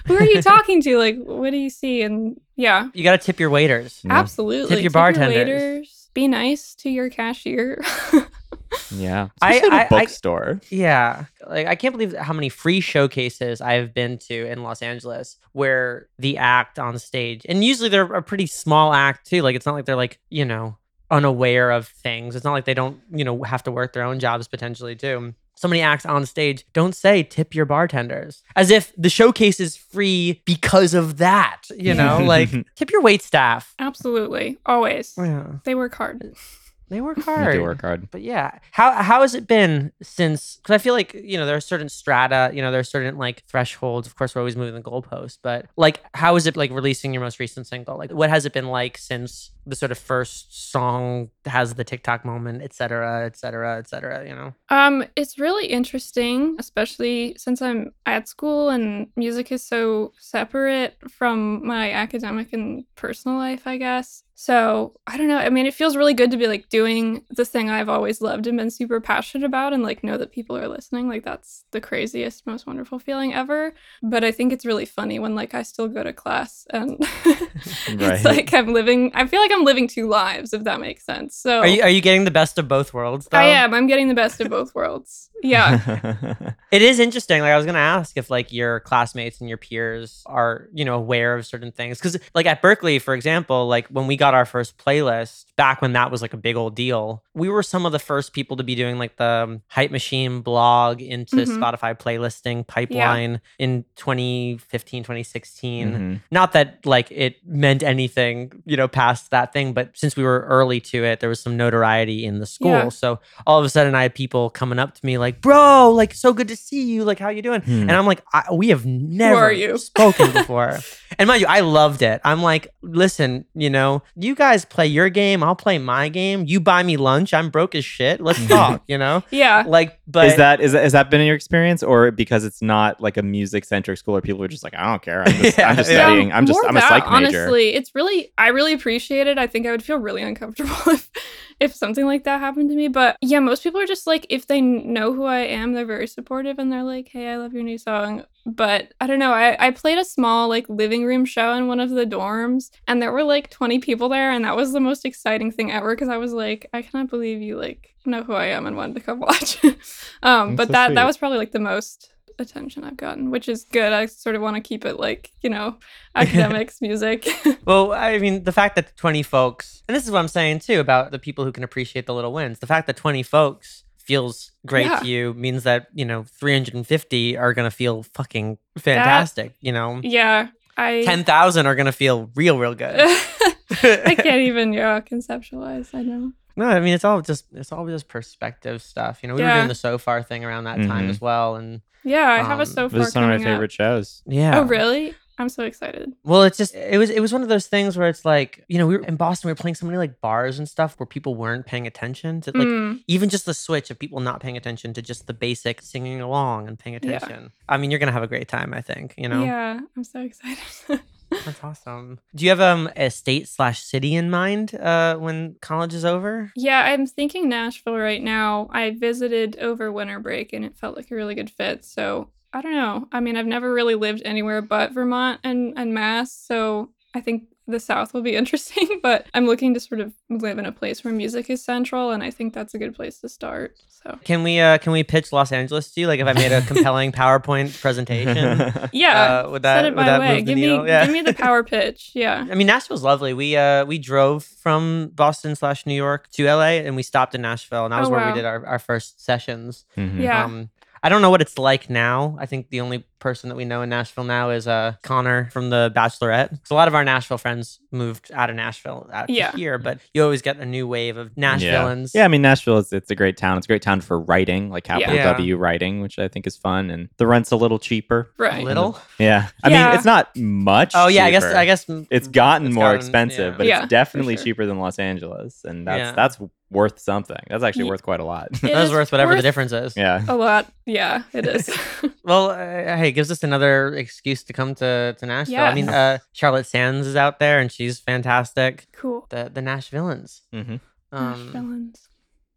Speaker 3: Who are you talking to? Like, what do you see? And yeah,
Speaker 1: You got to tip your waiters.
Speaker 4: Yeah.
Speaker 3: absolutely.
Speaker 1: bartenders.
Speaker 3: waiters. be nice to your cashier.
Speaker 4: Yeah.
Speaker 1: I-
Speaker 4: Especially
Speaker 1: I-
Speaker 4: at a
Speaker 1: I-
Speaker 4: bookstore.
Speaker 1: Yeah. Like I can't believe how many free showcases I've been to in Los Angeles where the act on stage and usually they're a pretty small act too. Like it's not like they're like, you know, unaware of things. It's not like they don't, you know, have to work their own jobs potentially too. So many acts on stage don't say tip your bartenders as if the showcase is free because of that, you know, like tip your wait staff.
Speaker 3: absolutely. Always.
Speaker 1: Yeah.
Speaker 3: They work hard.
Speaker 1: Mm. They work
Speaker 4: You
Speaker 1: hard.
Speaker 4: have to work hard.
Speaker 1: But yeah, how how has it been since? Because I feel like you know there are certain strata, you know there are certain like thresholds. Of course, we're always moving the goalpost, but like how is it like releasing your most recent single? Like what has it been like since the sort of first song has the TikTok moment, et cetera, et cetera, et cetera? You know,
Speaker 3: Um, it's really interesting, especially since I'm at school and music is so separate from my academic and personal life, I guess. So I don't know. I mean, it feels really good to be like doing the thing I've always loved and been super passionate about and like know that people are listening. Like that's the craziest, most wonderful feeling ever. But I think it's really funny when like I still go to class and
Speaker 4: Right.
Speaker 3: it's like I'm living I feel like I'm living two lives, if that makes sense. So
Speaker 1: are you are you getting the best of both worlds? Though?
Speaker 3: Oh. I am. I'm getting the best of both worlds. Yeah.
Speaker 1: It is interesting. Like I was gonna ask if like your classmates and your peers are you know aware of certain things because like at Berkeley, for example, like when we got our first playlist back when that was like a big old deal, we were some of the first people to be doing like the um, hype machine blog into
Speaker 3: Mhm.
Speaker 1: Spotify playlisting pipeline in 2015, 2016
Speaker 4: Mhm.
Speaker 1: not that like it meant anything you know past that thing but since we were early to it there was some notoriety in the school
Speaker 3: Yeah.
Speaker 1: so all of a sudden i had people coming up to me like bro like so good to see you like how you doing
Speaker 4: Hmm.
Speaker 1: and i'm like I, we have never
Speaker 3: you?
Speaker 1: spoken before and mind you i loved it i'm like listen you know you guys play your game i'll play my game you buy me lunch i'm broke as shit let's talk you know
Speaker 3: Yeah.
Speaker 1: like but
Speaker 4: is that is that, has that been your experience or because it's not like a music centric school where people are just like I don't care I'm just, I'm just
Speaker 1: Yeah.
Speaker 4: studying I'm just
Speaker 3: more
Speaker 4: I'm a
Speaker 3: that,
Speaker 4: psych major
Speaker 3: Honestly, it's really I really appreciate it. I think I would feel really uncomfortable if if something like that happened to me. But yeah, most people are just like if they kn- know who I am, they're very supportive and they're like, "Hey, I love your new song." But I don't know. I, I played a small like living room show in one of the dorms, and there were like 20 people there, and that was the most exciting thing ever because I was like, I cannot believe you like know who I am and wanted to come watch.
Speaker 4: That's
Speaker 3: um, but
Speaker 4: so
Speaker 3: that
Speaker 4: sweet.
Speaker 3: that was probably like the most attention I've gotten, which is good. I sort of want to keep it like, you know, academics, music.
Speaker 1: Well, I mean, the fact that 20 folks, and this is what I'm saying too about the people who can appreciate the little wins, the fact that 20 folks feels great
Speaker 3: Yeah.
Speaker 1: to you means that, you know, 350 are going to feel fucking fantastic, you know?
Speaker 3: yeah, I
Speaker 1: 10,000 are going to feel real, real good.
Speaker 3: I can't even yeah, conceptualize. I know.
Speaker 1: no, I mean, it's all just, it's all just perspective stuff. You know, we were
Speaker 3: Yeah.
Speaker 1: doing the so far thing around that time
Speaker 4: Mhm.
Speaker 1: as well. And
Speaker 3: Yeah, I have
Speaker 1: Um,
Speaker 3: a so
Speaker 4: This
Speaker 3: far
Speaker 4: is some of my
Speaker 3: coming up.
Speaker 4: favorite shows
Speaker 1: yeah.
Speaker 3: Oh, really? I'm so excited.
Speaker 1: Well, it's just it was it was one of those things where it's like you know we were in Boston we were playing so many like bars and stuff where people weren't paying attention to like
Speaker 3: Mm,
Speaker 1: even just the switch of people not paying attention to just the basic singing along and paying
Speaker 3: Yeah.
Speaker 1: attention. I mean, you're gonna have a great time, I think. You know,
Speaker 3: Yeah, I'm so excited.
Speaker 1: that's awesome. Do you have um a state slash city in mind uh, when college is over?
Speaker 3: yeah, I'm thinking Nashville right now. I visited over winter break and it felt like a really good fit. So I don't know. I mean, I've never really lived anywhere but Vermont and, and Mass. So I think the South will be interesting, but I'm looking to sort of live in a place where music is central, and I think that's a good place to start. So,
Speaker 1: Can we uh, can we pitch Los Angeles to you? Like if I made a compelling PowerPoint presentation,
Speaker 3: yeah,
Speaker 1: uh, would
Speaker 3: set
Speaker 1: that
Speaker 3: it
Speaker 1: would
Speaker 3: my
Speaker 1: that
Speaker 3: way.
Speaker 1: move the
Speaker 3: Give me,
Speaker 1: needle? Yeah.
Speaker 3: give me the power pitch. Yeah,
Speaker 1: I mean, Nashville's lovely. We uh we drove from Boston slash New York to LA, and we stopped in Nashville, and that
Speaker 3: Oh,
Speaker 1: was where
Speaker 3: wow.
Speaker 1: we did our, our first sessions.
Speaker 4: Mhm.
Speaker 3: yeah.
Speaker 1: Um, I don't know what it's like now. I think the only person that we know in Nashville now is uh Connor from The Bachelorette. So a lot of our Nashville friends moved out of Nashville out to
Speaker 3: Yeah.
Speaker 1: here, but you always get a new wave of Nashvilleans.
Speaker 4: Yeah, I mean Nashville is it's a great town. It's a great town for writing, like capital
Speaker 1: Yeah.
Speaker 4: W writing, which I think is fun, and the rent's a little cheaper.
Speaker 1: a
Speaker 3: Right.
Speaker 1: little.
Speaker 4: Yeah, I
Speaker 3: Yeah.
Speaker 4: mean it's not much.
Speaker 1: Oh yeah, I guess
Speaker 4: cheaper.
Speaker 1: I guess
Speaker 4: it's gotten
Speaker 1: it's
Speaker 4: more
Speaker 1: gotten-
Speaker 4: expensive,
Speaker 1: yeah.
Speaker 4: but
Speaker 3: Yeah,
Speaker 4: it's
Speaker 3: for
Speaker 4: definitely
Speaker 3: sure.
Speaker 4: cheaper than Los Angeles, and that's
Speaker 1: Yeah.
Speaker 4: that's worth something. That's actually
Speaker 3: Ye- Oh,
Speaker 4: worth quite a lot.
Speaker 3: It
Speaker 1: That was
Speaker 3: is
Speaker 1: worth whatever the difference is.
Speaker 4: yeah,
Speaker 3: A lot. Yeah, it is.
Speaker 1: Well, uh, hey, it gives us another excuse to come to, to Nashville. I mean,
Speaker 4: Yes.
Speaker 1: uh, Charlotte Sands is out there, and she's fantastic.
Speaker 3: cool.
Speaker 1: The the Nashvilleans.
Speaker 4: Mhm.
Speaker 1: Um,
Speaker 3: Nashvilleans.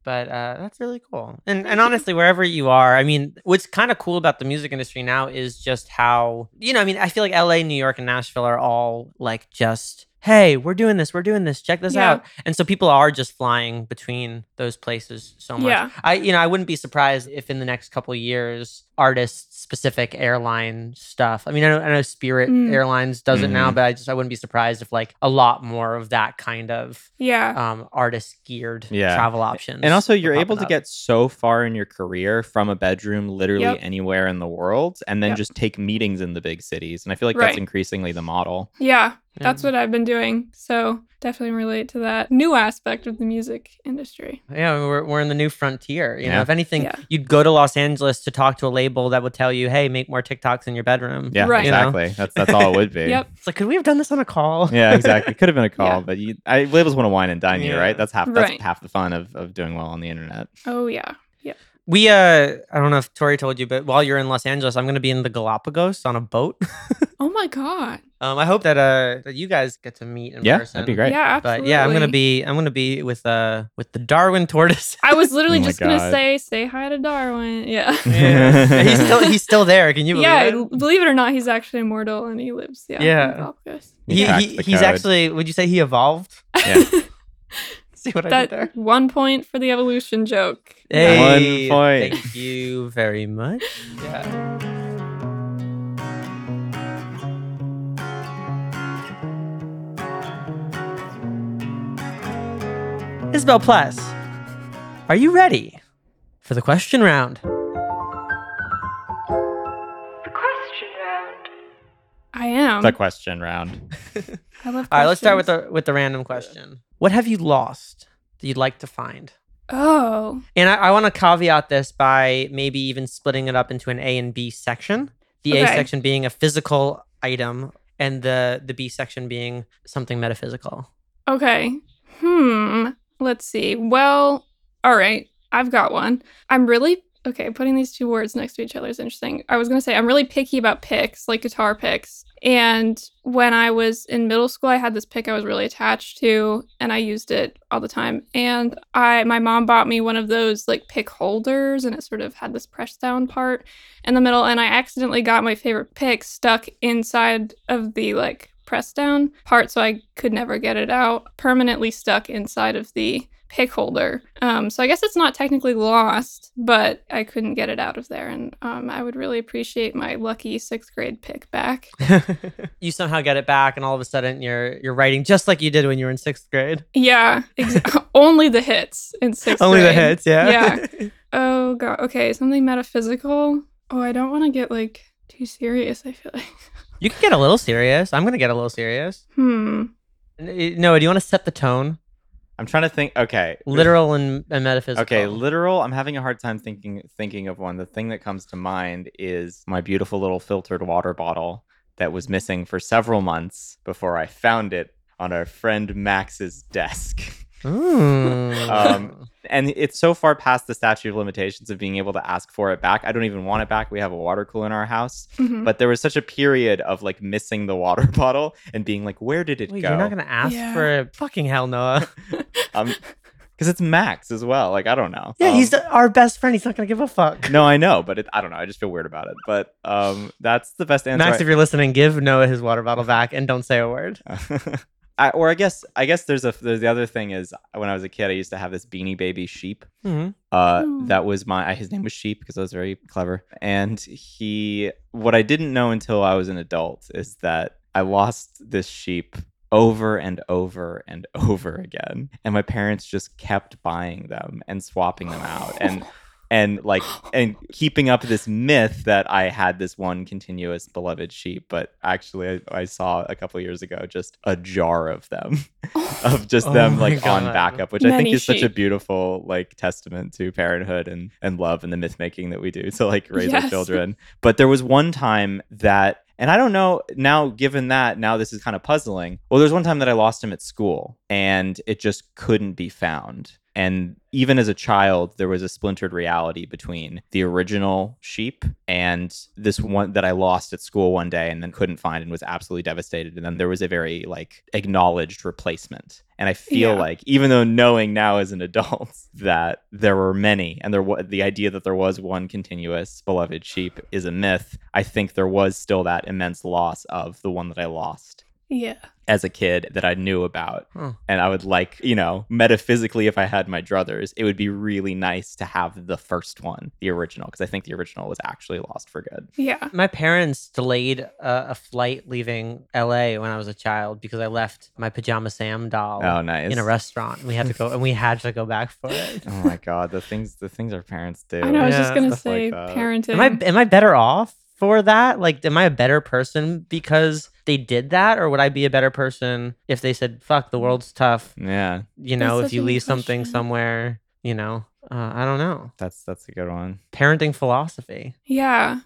Speaker 1: but uh, that's really cool. And and honestly, wherever you are, I mean, what's kind of cool about the music industry now is just how you know. I mean, I feel like L.A., New York, and Nashville are all like just hey, we're doing this, we're doing this, check this
Speaker 3: Yeah.
Speaker 1: out. And so people are just flying between those places so much.
Speaker 3: Yeah.
Speaker 1: I you know I wouldn't be surprised if in the next couple of years artist specific airline stuff. I mean I know, I know Spirit
Speaker 3: Mm.
Speaker 1: Airlines does it now,
Speaker 4: Mhm.
Speaker 1: but I just I wouldn't be surprised if like a lot more of that kind of
Speaker 3: Yeah.
Speaker 1: um artist geared
Speaker 4: Yeah.
Speaker 1: travel options.
Speaker 4: and also
Speaker 1: are
Speaker 4: you're able
Speaker 1: popping
Speaker 4: to
Speaker 1: up.
Speaker 4: get so far in your career from a bedroom, literally
Speaker 3: Yep.
Speaker 4: anywhere in the world, and then
Speaker 3: Yep.
Speaker 4: just take meetings in the big cities. And I feel like
Speaker 3: Right.
Speaker 4: that's increasingly the model.
Speaker 3: Yeah,
Speaker 1: Yeah.
Speaker 3: that's what I've been doing. So definitely relate to that new aspect of the music industry.
Speaker 1: yeah we're we're in the new frontier. You know
Speaker 4: Yeah.
Speaker 1: if anything
Speaker 3: Yeah.
Speaker 1: you'd go to Los Angeles to talk to a label that would tell you hey make more TikToks in your bedroom.
Speaker 4: Yeah,
Speaker 3: Right. You
Speaker 1: know?
Speaker 4: exactly. That's that's all it would be.
Speaker 3: Yep.
Speaker 1: It's like could we have done this on a call?
Speaker 4: yeah, exactly. Could have been a call,
Speaker 3: Yeah.
Speaker 4: but you, I, labels want to wine and dine you,
Speaker 1: Yeah.
Speaker 4: right? That's half. That's
Speaker 3: Right.
Speaker 4: half the fun of, of doing well on the internet.
Speaker 3: Oh yeah.
Speaker 1: We uh I don't know if Tori told you, but while you're in Los Angeles, I'm gonna be in the Galapagos on a boat.
Speaker 3: Oh my god.
Speaker 1: Um, I hope that uh that you guys get to meet in
Speaker 4: Yeah, that'd
Speaker 1: person.
Speaker 4: be great. Right.
Speaker 3: Yeah, absolutely.
Speaker 1: But yeah, I'm gonna be I'm gonna be with uh with the Darwin tortoise.
Speaker 3: I was literally
Speaker 4: Oh my
Speaker 3: just gonna
Speaker 4: God.
Speaker 3: say, say hi to Darwin. Yeah.
Speaker 1: Yeah. he's still he's still there. Can you believe
Speaker 3: yeah.
Speaker 1: it?
Speaker 3: Believe it or not, he's actually immortal and he lives. Yeah. in
Speaker 1: Yeah.
Speaker 3: Galapagos.
Speaker 1: He,
Speaker 4: Cracked
Speaker 1: he,
Speaker 4: the
Speaker 1: he's
Speaker 4: code.
Speaker 1: actually would you say he evolved?
Speaker 4: Yeah.
Speaker 1: See what I did there?
Speaker 3: that one point for the evolution joke.
Speaker 4: One
Speaker 1: Hey,
Speaker 4: point.
Speaker 1: Thank you very much. Yeah. Isabel Plus, are you ready for the question round?
Speaker 6: The question round.
Speaker 3: I am.
Speaker 4: the question round.
Speaker 3: I love.
Speaker 1: All right, let's start with
Speaker 3: questions.
Speaker 1: the with the random question. What have you lost that you'd like to find?
Speaker 3: Oh.
Speaker 1: And I, I want to caveat this by maybe even splitting it up into an A and B section. The A
Speaker 3: Okay.
Speaker 1: section being a physical item, and the the B section being something metaphysical.
Speaker 3: Okay. Hmm. Let's see. Well, all right. I've got one. I'm really okay. Putting these two words next to each other is interesting. I was going to say, I'm really picky about picks, like guitar picks. And when I was in middle school, I had this pick I was really attached to, and I used it all the time. And I, my mom bought me one of those like pick holders, and it sort of had this press down part in the middle. And I accidentally got my favorite pick stuck inside of the like press down part, so I could never get it out. Permanently stuck inside of the pick holder. Um, so I guess it's not technically lost, but I couldn't get it out of there. And um, I would really appreciate my lucky sixth grade pick back.
Speaker 1: you somehow get it back, and all of a sudden you're you're writing just like you did when you were in sixth grade.
Speaker 3: Yeah, ex- only the hits in sixth
Speaker 1: Only the
Speaker 3: grade.
Speaker 1: heads, yeah.
Speaker 3: Yeah. Oh god. Okay, something metaphysical. Oh, I don't want to get like too serious. I feel like.
Speaker 1: you can get a little serious. I'm gonna get a little serious.
Speaker 3: Hmm.
Speaker 1: No, do you want to set the tone?
Speaker 4: I'm trying to think. Okay,
Speaker 1: Literal and, and metaphysical.
Speaker 4: Okay, literal. I'm having a hard time thinking thinking of one. The thing that comes to mind is my beautiful little filtered water bottle that was missing for several months before I found it on our friend Max's desk.
Speaker 1: Mm.
Speaker 4: Um, And it's so far past the statute of limitations of being able to ask for it back. I don't even want it back. We have a water cooler in our house.
Speaker 1: Mm-hmm.
Speaker 3: Mhm.
Speaker 4: But there was such a period of like missing the water bottle and being like, where did it
Speaker 1: Wait,
Speaker 4: go?
Speaker 1: you're not gonna ask
Speaker 3: Yeah.
Speaker 1: for it? Fucking hell, Noah.
Speaker 4: because it's Max as well. Like I don't know.
Speaker 1: Yeah,
Speaker 4: Um,
Speaker 1: he's the- our best friend. He's not gonna give a fuck.
Speaker 4: No, I know, but it, I don't know. I just feel weird about it. But um, that's the best answer.
Speaker 1: Max, if you're listening, give Noah his water bottle back and don't say a word.
Speaker 4: I- I, or I guess I guess there's a there's the other thing is when I was a kid I used to have this beanie baby sheep
Speaker 1: Mhm.
Speaker 4: Uh,
Speaker 3: Oh.
Speaker 4: That was my I- his name was Sheep because I was very clever. And he, what I didn't know until I was an adult is that I lost this sheep over and over and over again, and my parents just kept buying them and swapping them out and. And like, and keeping up this myth that I had this one continuous beloved sheep, but actually, I, I saw a couple years ago just a jar of them, of just
Speaker 1: Oh
Speaker 4: them
Speaker 1: my
Speaker 4: like
Speaker 1: God.
Speaker 4: on backup, which I think
Speaker 3: Many
Speaker 4: is such a
Speaker 3: sheep.
Speaker 4: beautiful like testament to parenthood and and love and the myth making that we do to like raise our
Speaker 3: Yes.
Speaker 4: children. But there was one time that and I don't know now given that now this is kind of puzzling. Well, there's one time that I lost him at school and it just couldn't be found. And even as a child, there was a splintered reality between the original sheep and this one that I lost at school one day and then couldn't find and was absolutely devastated. And then there was a very like acknowledged replacement. And I feel
Speaker 3: Yeah.
Speaker 4: like even though knowing now as an adult that there were many and there was the idea that there was one continuous beloved sheep is a myth, I think there was still that immense loss of the one that I lost
Speaker 3: Yeah.
Speaker 4: as a kid that I knew about.
Speaker 1: Huh.
Speaker 4: And I would like, you know, metaphysically, if I had my druthers, it would be really nice to have the first one, the original, because I think the original was actually lost for good.
Speaker 3: Yeah.
Speaker 1: My parents delayed a, a flight leaving LA when I was a child because I left my pajama Sam doll
Speaker 4: Oh, nice.
Speaker 1: in a restaurant. We had to go, and we had to go back for it.
Speaker 4: Oh my god, the things the things our parents do.
Speaker 3: I know. I was just
Speaker 1: Yeah,
Speaker 3: gonna
Speaker 4: stuff
Speaker 3: say
Speaker 4: like that.
Speaker 3: parenting.
Speaker 1: Am I am I better off for that? Like, am I a better person because they did that, or would I be a better person if they said, "Fuck, the world's tough."
Speaker 4: Yeah,
Speaker 1: You
Speaker 3: That's
Speaker 1: know,
Speaker 3: such
Speaker 1: if you
Speaker 3: a good
Speaker 1: leave something
Speaker 3: question.
Speaker 1: somewhere, you know, uh, I don't know.
Speaker 4: that's that's a good one.
Speaker 1: Parenting philosophy.
Speaker 3: yeah.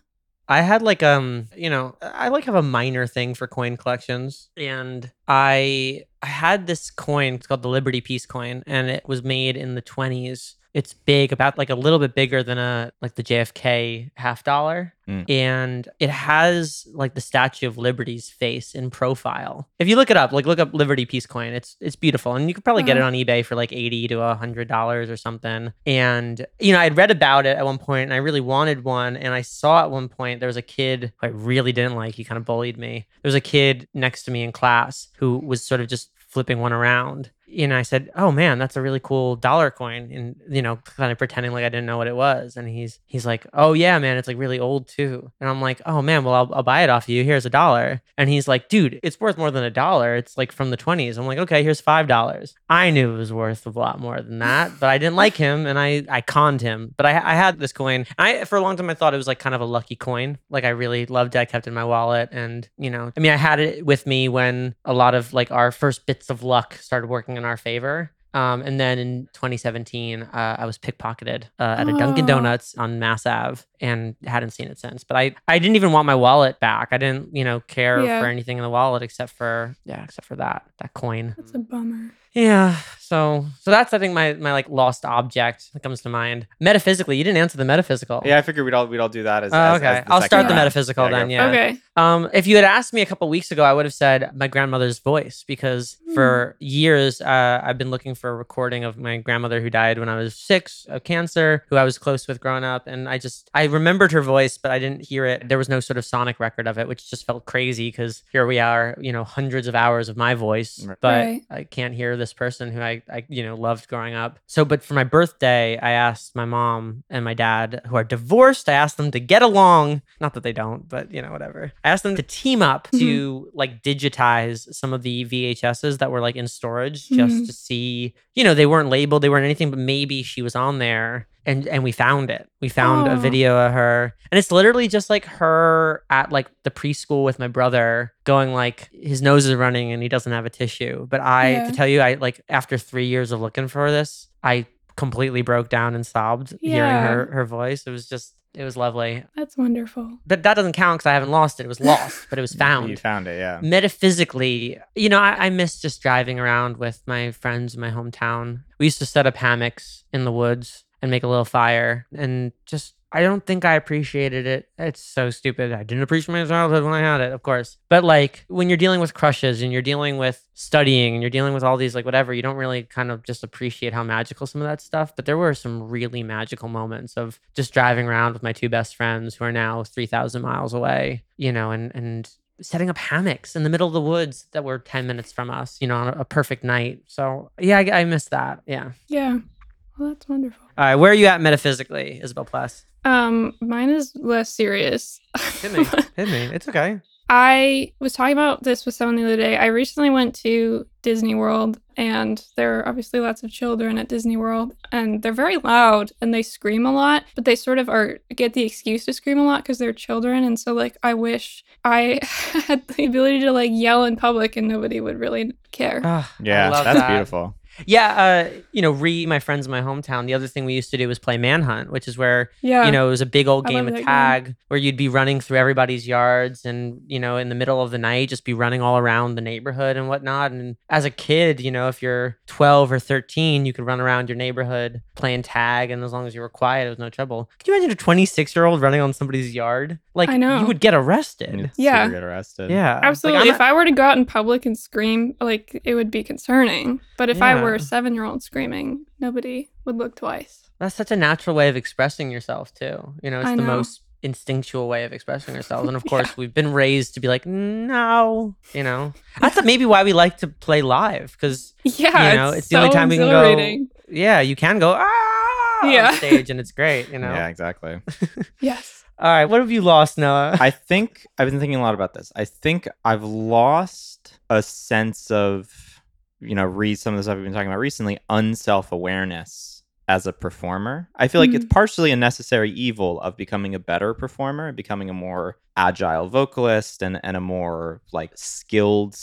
Speaker 1: I had like um, you know, I like have a minor thing for coin collections, and I I had this coin. It's called the Liberty Peace coin, and it was made in the twenties. It's big, about like a little bit bigger than a like the JFK half dollar,
Speaker 4: Mm.
Speaker 1: and it has like the Statue of Liberty's face in profile. If you look it up, like look up Liberty Peace coin, it's it's beautiful, and you could probably get it
Speaker 3: Wow.
Speaker 1: on eBay for like eighty to hundred dollars or something. And you know, I'd read about it at one point, and I really wanted one, and I saw at one point there was a kid who I really didn't like. He kind of bullied me. There was a kid next to me in class who was sort of just flipping one around. And I said, "Oh man, that's a really cool dollar coin," and you know, kind of pretending like I didn't know what it was. And he's he's like, "Oh yeah, man, it's like really old too." And I'm like, "Oh man, well I'll, I'll buy it off you. Here's a dollar." And he's like, "Dude, it's worth more than a dollar. It's like from the 20s." I'm like, "Okay, here's five dollars." I knew it was worth a lot more than that, but I didn't like him, and I I conned him. But I I had this coin. I for a long time I thought it was like kind of a lucky coin. Like I really loved it. I kept it in my wallet, and you know, I mean, I had it with me when a lot of like our first bits of luck started working in our favor. Um, and then in 2017, uh, I was pickpocketed uh, at a Dunkin'
Speaker 3: Oh.
Speaker 1: Donuts on Mass Ave, and hadn't seen it since. But I, I didn't even want my wallet back. I didn't, you know, care
Speaker 3: Yeah.
Speaker 1: for anything in the wallet except for yeah, except for that that coin.
Speaker 3: That's a bummer.
Speaker 1: Yeah. So so that's I think my my like lost object that comes to mind. Metaphysically, you didn't answer the metaphysical.
Speaker 4: Yeah, I figured we'd all we'd all do that as.
Speaker 1: Oh,
Speaker 4: as- as
Speaker 1: okay.
Speaker 4: the
Speaker 1: I'll
Speaker 4: second
Speaker 1: start the
Speaker 4: round.
Speaker 1: metaphysical
Speaker 4: Yeah,
Speaker 1: then.
Speaker 4: go
Speaker 1: Yeah.
Speaker 3: Okay.
Speaker 1: Um, if you had asked me a couple weeks ago, I would have said my grandmother's voice because for years uh, I've been looking for a recording of my grandmother who died when I was six of cancer, who I was close with growing up, and I just I remembered her voice, but I didn't hear it. There was no sort of sonic record of it, which just felt crazy because here we are, you know, hundreds of hours of my voice,
Speaker 4: Right.
Speaker 1: but
Speaker 3: Right.
Speaker 1: I can't hear this person who I, I you know loved growing up. So, but for my birthday, I asked my mom and my dad, who are divorced, I asked them to get along. Not that they don't, but you know whatever. I asked them to team up to like digitize some of the VHSs that were like in storage, just
Speaker 3: Mhm.
Speaker 1: to see. You know, they weren't labeled, they weren't anything, but maybe she was on there. And, and we found it. We found a
Speaker 3: Aw.
Speaker 1: video of her. And it's literally just like her at like the preschool with my brother going like his nose is running and he doesn't have a tissue. But I
Speaker 3: Yeah.
Speaker 1: to tell you, I like after three years of looking for this, I completely broke down and sobbed hearing
Speaker 3: Yeah.
Speaker 1: her her voice. It was just it was lovely.
Speaker 3: That's wonderful.
Speaker 1: But that doesn't count because I haven't lost it. It was lost, but it was
Speaker 4: You
Speaker 1: found.
Speaker 4: found it, yeah.
Speaker 1: Metaphysically, you know, I, I miss just driving around with my friends in my hometown. We used to set up hammocks in the woods and make a little fire and just I don't think I appreciated it. It's so stupid. I didn't appreciate my childhood when I had it, of course. But like when you're dealing with crushes and you're dealing with studying and you're dealing with all these like whatever, you don't really kind of just appreciate how magical some of that stuff. But there were some really magical moments of just driving around with my two best friends who are now 3,000 miles away, you know, and and setting up hammocks in the middle of the woods that were 10 minutes from us, you know, on a, a perfect night. So, yeah, I, I miss that. Yeah.
Speaker 3: Yeah. Well, that's wonderful.
Speaker 1: All right. Where are you at metaphysically, Isabel Pless?
Speaker 3: Um, mine is less serious.
Speaker 1: Hit me. Hit me. It's okay.
Speaker 3: I was talking about this with someone the other day. I recently went to Disney World, and there are obviously lots of children at Disney World, and they're very loud and they scream a lot, but they sort of are get the excuse to scream a lot because they're children. And so, like, I wish I had the ability to like yell in public and nobody would really care.
Speaker 1: Ah, I
Speaker 4: Yeah,
Speaker 1: love
Speaker 4: that's
Speaker 1: that.
Speaker 4: beautiful.
Speaker 1: Yeah. Uh, you know, re my friends in my hometown, the other thing we used to do was play Manhunt, which is where
Speaker 3: Yeah.
Speaker 1: you know, it was a big old
Speaker 3: I
Speaker 1: game
Speaker 3: love
Speaker 1: of
Speaker 3: that game.
Speaker 1: tag where you'd be running through everybody's yards and, you know, in the middle of the night, just be running all around the neighborhood and whatnot. And as a kid, you know, if you're 12 or 13, you could run around your neighborhood playing tag. And as long as you were quiet, it was no trouble. Could you imagine a 26 year old running on somebody's yard? Like,
Speaker 3: I know.
Speaker 1: you would get arrested.
Speaker 3: Yeah.
Speaker 4: So you get arrested.
Speaker 1: Yeah. Like,
Speaker 3: Absolutely.
Speaker 1: I'm
Speaker 3: if I were to go out in public and scream, like it would be concerning. But if I were
Speaker 1: Yeah.
Speaker 3: a seven year old screaming, nobody would look twice.
Speaker 1: That's such a natural way of expressing yourself too. You know, it's
Speaker 3: I
Speaker 1: the
Speaker 3: know.
Speaker 1: most instinctual way of expressing ourselves. And of
Speaker 3: Yeah.
Speaker 1: course, we've been raised to be like, no, you know. That's maybe why we like to play live cuz
Speaker 3: Yeah.
Speaker 1: You know, it's the only time we can go-
Speaker 3: exhilarating.
Speaker 1: yeah, you can go ah
Speaker 3: Yeah.
Speaker 1: on stage and it's great, you know.
Speaker 4: Yeah, exactly.
Speaker 3: Yes.
Speaker 1: All right, what have you lost, Noah?
Speaker 4: I think I've been thinking a lot about this. I think I've lost a sense of, you know, read some of the stuff we've been talking about recently, unself awareness as a performer. I feel like it's partially a necessary evil of becoming a better performer, and becoming a more agile vocalist and, and a more like skilled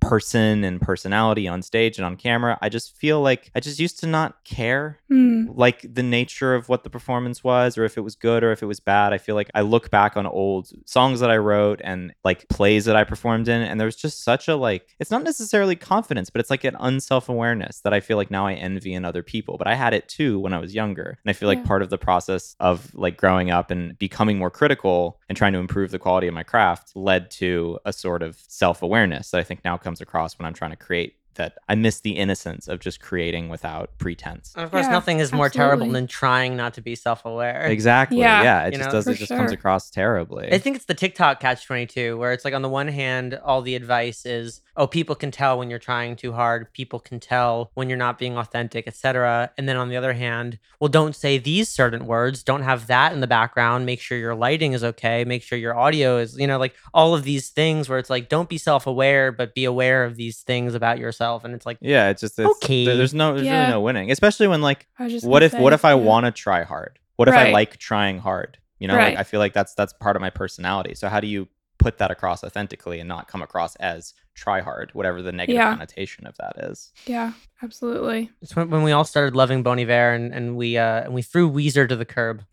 Speaker 4: person and personality on stage and on camera. I just feel like I just used to not care
Speaker 3: Hmm.
Speaker 4: like the nature of what the performance was or if it was good or if it was bad i feel like i look back on old songs that i wrote and like plays that i performed in and there's just such a like it's not necessarily confidence but it's like an unself-awareness that i feel like now i envy in other people but i had it too when i was younger and i feel like
Speaker 3: Yeah.
Speaker 4: part of the process of like growing up and becoming more critical and trying to improve the quality of my craft led to a sort of self-awareness that i think now comes across when i'm trying to create that I miss the innocence of just creating without pretense.
Speaker 1: And of course,
Speaker 3: Yeah,
Speaker 1: nothing is more terrible
Speaker 3: absolutely.
Speaker 1: than trying not to be self-aware.
Speaker 4: Exactly.
Speaker 3: Yeah.
Speaker 4: Yeah. it
Speaker 1: You
Speaker 4: just
Speaker 1: know,
Speaker 4: does.
Speaker 3: for
Speaker 4: It just comes
Speaker 3: sure.
Speaker 4: across terribly.
Speaker 1: I think it's the TikTok catch 22 where it's like on the one hand all the advice is oh people can tell when you're trying too hard, people can tell when you're not being authentic, etc. And then on the other hand, well don't say these certain words, don't have that in the background, make sure your lighting is okay, make sure your audio is, you know, like all of these things where it's like don't be self-aware but be aware of these things about yourself and it's like
Speaker 4: yeah, it's just it's,
Speaker 1: Okay.
Speaker 4: there- there's no there's
Speaker 3: Yeah.
Speaker 4: really no winning, especially when like
Speaker 3: I was just
Speaker 4: what
Speaker 3: gonna
Speaker 4: if what
Speaker 3: say,
Speaker 4: if I
Speaker 3: yeah.
Speaker 4: want to try hard? What if I
Speaker 3: Right.
Speaker 4: like trying hard? You know,
Speaker 3: Right.
Speaker 4: like I feel like that's that's part of my personality. So how do you put that across authentically and not come across as try hard, whatever the negative
Speaker 3: Yeah.
Speaker 4: connotation of that is?
Speaker 3: Yeah, absolutely.
Speaker 1: it's when, when we all started loving Bon Iver and and we uh and we threw Weezer to the curb.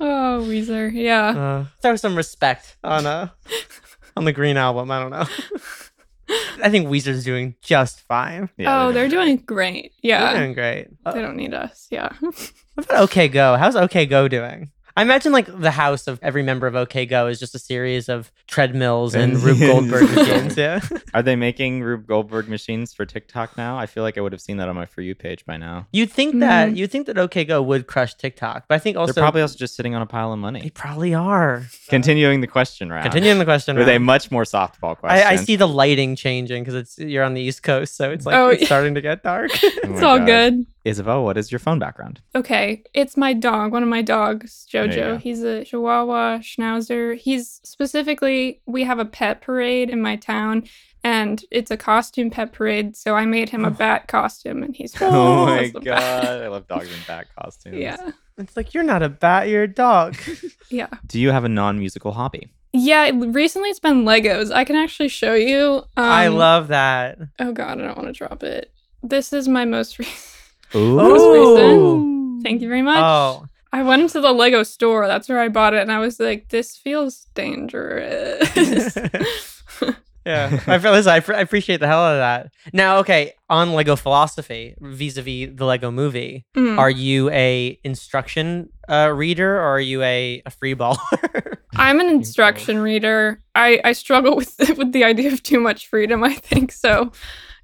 Speaker 3: Oh, Weezer. Yeah.
Speaker 1: Uh, throw some respect on uh on the green album, I don't know. I think Weezer's doing just fine.
Speaker 3: oh, they're doing great. Yeah.
Speaker 1: They're doing great.
Speaker 3: They
Speaker 1: Uh,
Speaker 3: don't need us. Yeah.
Speaker 4: Oh
Speaker 1: what about OK Go? How's OK Go doing? I imagine like the house of every member of OK Go is just a series of treadmills and Rube Goldberg machines. Yeah.
Speaker 4: Are they making Rube Goldberg machines for TikTok now? I feel like I would have seen that on my for you page by now.
Speaker 1: You'd think that you'd think that OK Go would crush TikTok, but I think also
Speaker 4: they're probably also just sitting on a pile of
Speaker 1: they
Speaker 4: money.
Speaker 1: probably are.
Speaker 3: uh,
Speaker 4: Continuing the question round.
Speaker 1: Continuing the question,
Speaker 4: with a
Speaker 1: round.
Speaker 4: much more softball question.
Speaker 1: I, I see the lighting changing because it's you're on the East Coast, so it's like
Speaker 3: Oh,
Speaker 1: it's
Speaker 3: yeah.
Speaker 1: starting to get dark.
Speaker 4: Oh
Speaker 3: it's
Speaker 4: my
Speaker 3: all
Speaker 4: God.
Speaker 3: good.
Speaker 4: Isabel, what is your phone background?
Speaker 3: Okay, it's my dog, one of my dogs,
Speaker 4: you go.
Speaker 3: Jojo. He's a Chihuahua Schnauzer. He's specifically, we have a pet parade in my town, and it's a costume pet parade. So I made him a bat costume, and he's dressed
Speaker 4: Oh
Speaker 3: up
Speaker 4: my
Speaker 3: as the bat.
Speaker 4: god, I love dogs in bat costumes.
Speaker 3: Yeah,
Speaker 1: it's like you're not a bat, you're a dog.
Speaker 3: yeah,
Speaker 4: Do you have a non-musical hobby?
Speaker 3: yeah. it- Recently, it's been Legos. I can actually show you. Um,
Speaker 1: I love that.
Speaker 3: Oh god, I don't want to drop it. This is my most recent.
Speaker 4: Ooh.
Speaker 1: Ooh.
Speaker 3: Thank you very much.
Speaker 1: Oh,
Speaker 3: I went into the Lego store. That's where I bought it, and I was like, "This feels dangerous."
Speaker 1: yeah. I feel listen, I, fr- I appreciate the hell out of that. Now, okay, on Lego philosophy vis-a-vis the Lego movie,
Speaker 3: Mm.
Speaker 1: are you a instruction uh, reader or are you a, a free baller?
Speaker 3: I'm an instruction reader. I, I struggle with with the idea of too much freedom. I think so.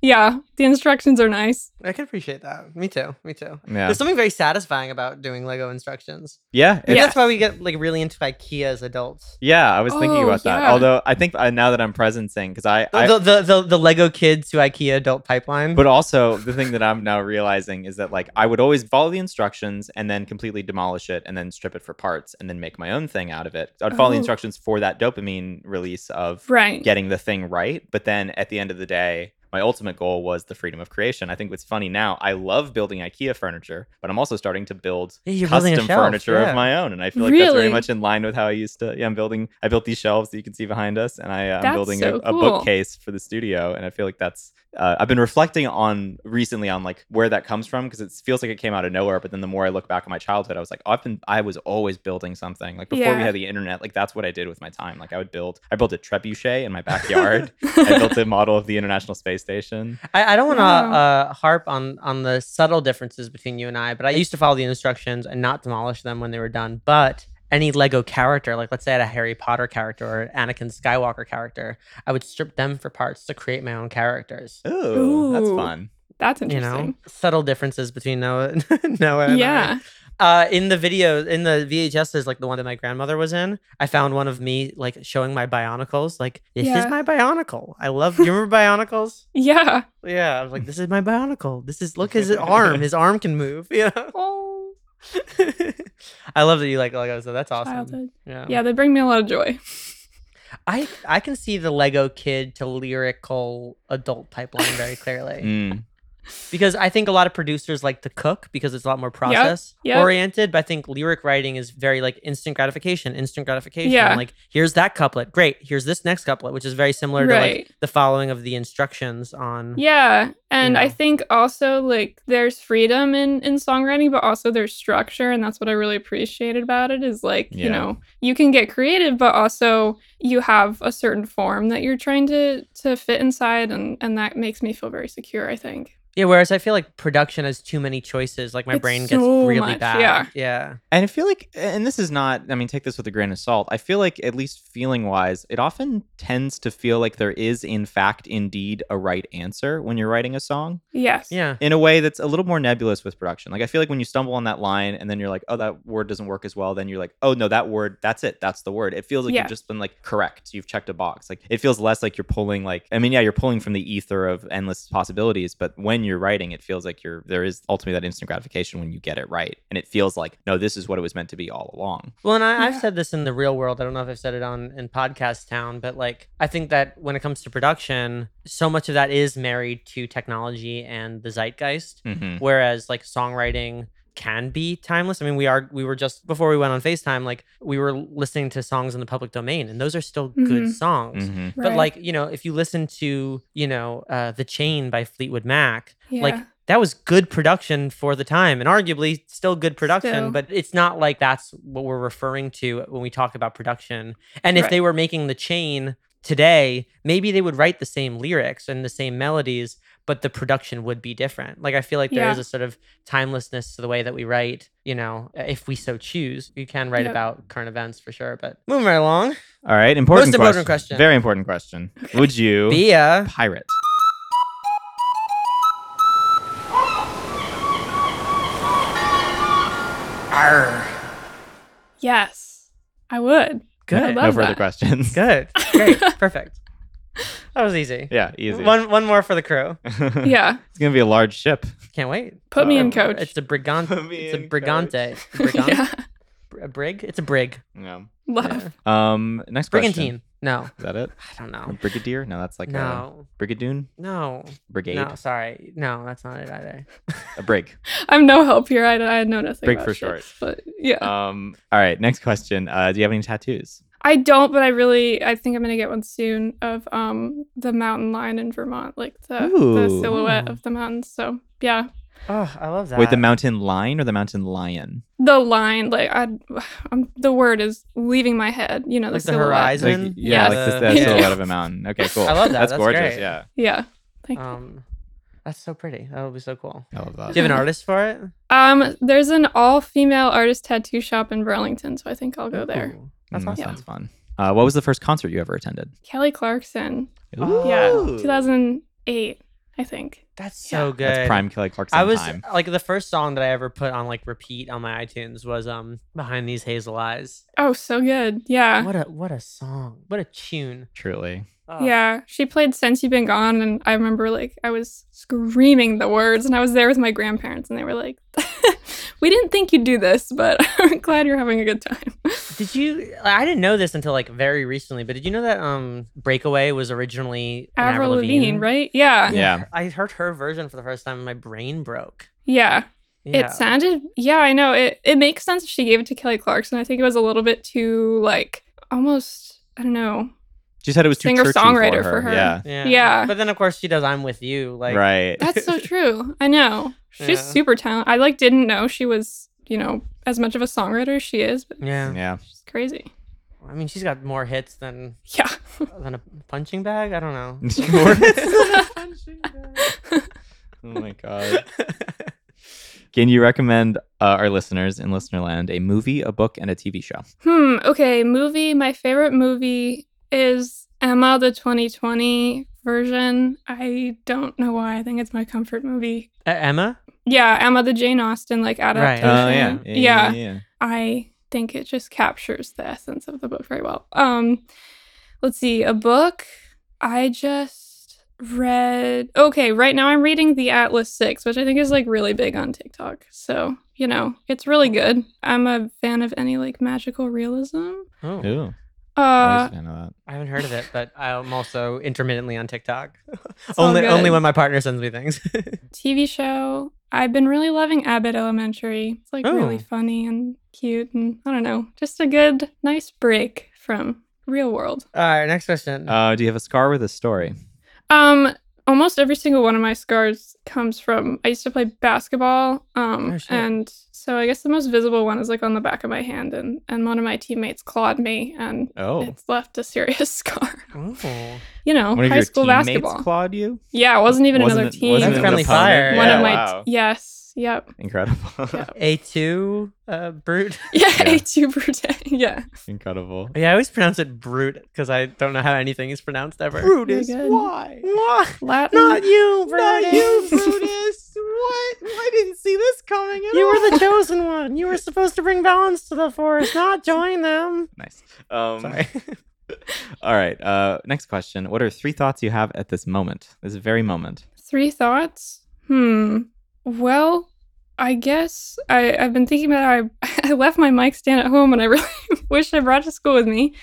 Speaker 3: Yeah, the instructions are nice.
Speaker 1: I can appreciate that. Me too. Me too.
Speaker 4: Yeah.
Speaker 1: There's something very satisfying about doing Lego instructions.
Speaker 4: Yeah.
Speaker 1: Maybe
Speaker 4: it's-
Speaker 1: That's why we get like really into IKEA as adults.
Speaker 4: Yeah. I was thinking
Speaker 3: Oh,
Speaker 4: about that.
Speaker 3: yeah.
Speaker 4: Although I think uh, now that I'm presencing, because I, I
Speaker 1: the, the, the the Lego kids to IKEA adult pipeline.
Speaker 4: But also, the thing that I'm now realizing is that like I would always follow the instructions and then completely demolish it and then strip it for parts and then make my own thing out of it. I'd follow the
Speaker 3: Oh.
Speaker 4: instructions for that dopamine release of
Speaker 3: Right.
Speaker 4: getting the thing right, but then at the end of the day, my ultimate goal was the freedom of creation. I think what's funny now, I love building IKEA furniture, but I'm also starting to build
Speaker 1: Yeah, you're building a
Speaker 4: custom
Speaker 1: shelf,
Speaker 4: furniture
Speaker 1: yeah.
Speaker 4: of my own, and I feel like that's very
Speaker 3: Really?
Speaker 4: much in line with how I used to. Yeah, I'm building. I built these shelves that you can see behind us, and I, uh, I'm
Speaker 3: That's
Speaker 4: building
Speaker 3: so
Speaker 4: a, a
Speaker 3: cool.
Speaker 4: bookcase for the studio, and I feel like that's. Uh, I've been reflecting on recently on like where that comes from because it feels like it came out of nowhere. But then the more I look back on my childhood, I was like, "Oh, I've been. I was always building something. Like before we
Speaker 3: Yeah.
Speaker 4: had the internet, like that's what I did with my time. Like I would build. I built a trebuchet in my backyard. I built a model of the International Space Station.
Speaker 1: I, I don't want to
Speaker 3: Wow.
Speaker 1: uh, harp on on the subtle differences between you and I, but I used to follow the instructions and not demolish them when they were done. But any Lego character, like let's say I had a Harry Potter character or an Anakin Skywalker character, I would strip them for parts to create my own characters.
Speaker 4: Ooh, that's
Speaker 3: Ooh.
Speaker 4: fun.
Speaker 3: That's
Speaker 1: You
Speaker 3: interesting.
Speaker 1: know, subtle differences between Noah, Noah. And I.
Speaker 3: yeah.
Speaker 1: Uh, in the video, in the VHSs, like the one that my grandmother was in, I found one of me like showing my Bionicles. Like this
Speaker 3: Yeah.
Speaker 1: is my Bionicle. I love. You remember Bionicles?
Speaker 3: Yeah.
Speaker 1: Yeah, I was like, this is my Bionicle. This is look his arm. His arm can move. You know.
Speaker 3: Oh,
Speaker 1: I love that you like Lego. So that's awesome.
Speaker 3: childhood.
Speaker 1: Yeah.
Speaker 3: Yeah, they bring me a lot of joy.
Speaker 1: I I can see the Lego kid to lyrical adult pipeline very clearly.
Speaker 4: Mm.
Speaker 1: because I think a lot of producers like to cook because it's a lot more process
Speaker 3: yep.
Speaker 1: oriented. But I think lyric writing is very like instant gratification, instant gratification.
Speaker 3: Yeah.
Speaker 1: Like here's that couplet, great. Here's this next couplet, which is very similar to like
Speaker 3: Right.
Speaker 1: the following of the instructions on.
Speaker 3: Yeah. And I
Speaker 1: Yeah.
Speaker 3: think also like there's freedom in in songwriting, but also there's structure, and that's what I really appreciated about it is like,
Speaker 4: Yeah.
Speaker 3: you know, you can get creative, but also you have a certain form that you're trying to to fit inside and and that makes me feel very secure, I think.
Speaker 1: Yeah, Whereas I feel like production has too many choices. Like my
Speaker 3: It's
Speaker 1: brain gets
Speaker 3: so
Speaker 1: really
Speaker 3: much,
Speaker 1: bad.
Speaker 3: yeah.
Speaker 1: Yeah.
Speaker 4: And I feel like, and this is not, I mean, take this with a grain of salt. I feel like, at least feeling wise, it often tends to feel like there is, in fact, indeed a right answer when you're writing a song
Speaker 3: Yes.
Speaker 1: Yeah.
Speaker 4: in a way that's a little more nebulous with production. Like, I feel like when you stumble on that line and then you're like, oh, that word doesn't work as well, then you're like, oh, no, that word, that's it. That's the word. It feels like
Speaker 3: Yeah.
Speaker 4: you've just been like correct. You've checked a box. Like, it feels less like you're pulling, like, I mean, yeah, you're pulling from the ether of endless possibilities, but when you're writing, it feels like you're, there is ultimately that instant gratification when you get it right. And it feels like, no, this is what it was meant to be all along.
Speaker 1: Well, and I, I've
Speaker 3: Yeah.
Speaker 1: said this in the real world. I don't know if I've said it on in podcast town, but like I think that when it comes to production, so much of that is married to technology and the zeitgeist.
Speaker 4: Mm-hmm.
Speaker 1: whereas like songwriting can be timeless. I mean, we are we were just before we went on FaceTime, like we were listening to songs in the public domain, and those are still good
Speaker 3: Mhm.
Speaker 1: songs.
Speaker 4: Mm-hmm.
Speaker 1: But like you know, if you listen to you know uh, the Chain by Fleetwood Mac, like
Speaker 3: Yeah.
Speaker 1: that was good production for the time, and arguably still good production.
Speaker 3: Still.
Speaker 1: But it's not like that's what we're referring to when we talk about production. And if
Speaker 3: Right.
Speaker 1: they were making the Chain today, maybe they would write the same lyrics and the same melodies, but the production would be different. Like I feel like there is
Speaker 3: Yeah.
Speaker 1: a sort of timelessness to the way that we write. You know, if we so choose, you can write
Speaker 3: Yeah.
Speaker 1: about current events for sure. But moving right along,
Speaker 4: All right. Important,
Speaker 1: Most important question.
Speaker 4: Very important question. Would you be
Speaker 1: Bia.
Speaker 4: pirate?
Speaker 3: Yes. I would.
Speaker 1: Good.
Speaker 3: I
Speaker 4: No
Speaker 3: love
Speaker 4: further
Speaker 3: that.
Speaker 4: questions.
Speaker 1: Good. Great. Perfect. That was easy.
Speaker 4: Yeah, easy.
Speaker 1: One one more for the crew.
Speaker 3: Yeah.
Speaker 4: It's gonna be a large ship.
Speaker 1: Can't wait.
Speaker 3: Put me in
Speaker 1: Or-
Speaker 3: coach.
Speaker 1: It's a brigand.
Speaker 4: Put me
Speaker 1: It's a
Speaker 4: in,
Speaker 1: brigante. Brigant?
Speaker 3: yeah.
Speaker 1: A brig? It's a brig.
Speaker 4: Yeah.
Speaker 3: Love.
Speaker 4: Um. Next question.
Speaker 1: Brigantine. No,
Speaker 4: Is that it?
Speaker 1: I don't
Speaker 4: Or
Speaker 1: know.
Speaker 4: brigadier? No, that's like
Speaker 1: no,
Speaker 4: a brigadoon.
Speaker 1: no,
Speaker 4: Brigade.
Speaker 1: no. Sorry, no, that's not it either.
Speaker 4: A brig.
Speaker 3: I'm no help here. I, I know nothing.
Speaker 4: Break
Speaker 3: about
Speaker 4: for
Speaker 3: ships, But yeah.
Speaker 4: Um. All right. Next question. Uh, do you have any tattoos?
Speaker 3: I don't, but I really I think I'm gonna get one soon of um the mountain lion in Vermont, like the, the
Speaker 4: Ooh.
Speaker 3: silhouette
Speaker 1: Ooh.
Speaker 3: of the mountains. So yeah,
Speaker 1: Oh, I love that.
Speaker 4: Wait, the mountain lion or the mountain lion?
Speaker 3: the line, like I, I'm, the word is leaving my head. You know, the
Speaker 1: like the
Speaker 3: silhouette.
Speaker 4: Like,
Speaker 1: horizon.
Speaker 4: yeah, like
Speaker 1: the-
Speaker 4: this, the
Speaker 3: Yeah.
Speaker 4: silhouette of a mountain. Okay, cool.
Speaker 1: I love that. That's
Speaker 4: gorgeous.
Speaker 1: great.
Speaker 4: Yeah,
Speaker 3: Yeah. Thank you.
Speaker 1: Um, that's so pretty. That would be so cool.
Speaker 4: I love that.
Speaker 1: Do you have an artist for it?
Speaker 3: Um, there's an all-female artist tattoo shop in Burlington, so I think I'll go there.
Speaker 1: Ooh,
Speaker 4: Mm,
Speaker 1: That's
Speaker 4: that
Speaker 1: awesome.
Speaker 4: sounds fun. Uh, what was the first concert you ever attended?
Speaker 3: Kelly Clarkson.
Speaker 1: Oh.
Speaker 3: Yeah,
Speaker 1: Ooh.
Speaker 3: 2008. I think.
Speaker 1: That's
Speaker 3: Yeah.
Speaker 1: so good.
Speaker 4: That's prime Kelly Clarkson
Speaker 1: I was
Speaker 4: time.
Speaker 1: like the first song that I ever put on like repeat on my iTunes was um Behind These Hazel Eyes.
Speaker 3: Oh, so good. Yeah.
Speaker 1: What a what a song. What a tune.
Speaker 4: Truly.
Speaker 1: Oh.
Speaker 3: Yeah, she played Since You've Been Gone, and I remember like I was screaming the words, and I was there with my grandparents, and they were like, "We didn't think you'd do this, but I'm glad you're having a good time."
Speaker 1: Did you I didn't know this until like very recently, but did you know that um Breakaway was originally an
Speaker 3: Avril Lavigne, right? Yeah,
Speaker 4: Yeah.
Speaker 1: I heard her version for the first time and my brain broke.
Speaker 3: yeah.
Speaker 1: Yeah.
Speaker 3: It sounded, yeah, I know. It it makes sense if she gave it to Kelly Clarkson. I think it was a little bit too like almost I don't know.
Speaker 4: She said it was too
Speaker 3: Singer
Speaker 4: churchy
Speaker 3: songwriter
Speaker 4: for, her.
Speaker 3: for her.
Speaker 4: Yeah.
Speaker 1: yeah.
Speaker 3: yeah.
Speaker 1: But then of course she does I'm with you. Like
Speaker 4: right.
Speaker 3: That's so true. I know she's
Speaker 1: Yeah.
Speaker 3: super talented. I like didn't know she was you know as much of a songwriter as she is, but
Speaker 1: Yeah.
Speaker 4: yeah.
Speaker 3: she's crazy.
Speaker 1: I mean she's got more hits than
Speaker 3: Yeah.
Speaker 1: than a punching bag. I don't know. E,
Speaker 4: Um, uh, oh my god. Can you recommend uh, our listeners in Listenerland a movie, a book, and a TV show?
Speaker 3: Hmm. Okay. Movie. My favorite movie is Emma, the 2020 version. I don't know why. I think it's my comfort movie.
Speaker 1: Uh, Emma?
Speaker 3: Yeah, Emma, the Jane Austen like adaptation.
Speaker 4: Oh,
Speaker 3: yeah. I think it just captures the essence of the book very well. Um, let's see. A book. I just read. Okay. Right now, I'm reading The Atlas Six, which I think is like really big on TikTok. So you know, it's really good. I'm a fan of any like magical realism.
Speaker 1: Oh.
Speaker 4: Ooh,
Speaker 3: Uh,
Speaker 4: always a fan of that.
Speaker 1: I haven't heard of it, but I'm also intermittently on TikTok.
Speaker 3: all
Speaker 1: only only
Speaker 3: good.
Speaker 1: when my partner sends me things.
Speaker 3: TV show. I've been really loving Abbott Elementary. It's like really
Speaker 1: Oh.
Speaker 3: funny and cute, and I don't know, just a good, nice break from real world.
Speaker 1: All right, next question.
Speaker 4: Uh, do you have a scar with a story?
Speaker 3: Um, almost every single one of my scars comes from I used to play basketball. Um,
Speaker 1: Oh, shit.
Speaker 3: and so I guess the most visible one is like on the back of my hand, and and one of my teammates clawed me, and
Speaker 4: Oh,
Speaker 3: it's left a serious scar.
Speaker 1: Ooh.
Speaker 3: You know,
Speaker 4: one of
Speaker 3: high
Speaker 4: your
Speaker 3: school
Speaker 4: teammates
Speaker 3: basketball.
Speaker 4: clawed you.
Speaker 3: yeah, it wasn't even
Speaker 4: Wasn't
Speaker 3: another
Speaker 4: it-
Speaker 3: team.
Speaker 4: wasn't
Speaker 1: That's
Speaker 4: it an
Speaker 1: friendly fire.
Speaker 4: opponent?
Speaker 3: one
Speaker 4: Yeah,
Speaker 3: of my
Speaker 4: wow.
Speaker 3: yes, yep.
Speaker 4: incredible,
Speaker 1: A2 uh, Brute.
Speaker 3: Yeah,
Speaker 4: Yeah.
Speaker 3: A two per day. Yeah.
Speaker 4: incredible.
Speaker 1: Yeah, I always pronounce it Brute because I don't know how anything is pronounced ever.
Speaker 3: Brutus, Very good.
Speaker 1: why? Why?
Speaker 3: Latin.
Speaker 1: Not you, Brutus.
Speaker 4: Brutus. what? I didn't see this coming
Speaker 1: You were the chosen one. You were supposed to bring balance to the force, not join them.
Speaker 4: nice. Um,
Speaker 1: Sorry.
Speaker 4: all right. Uh, next question. What are three thoughts you have at this moment? This very moment.
Speaker 3: Three thoughts? Hmm. Well, I guess I, I've been thinking about how I, I left my mic stand at home and I really wish I brought it to school with me.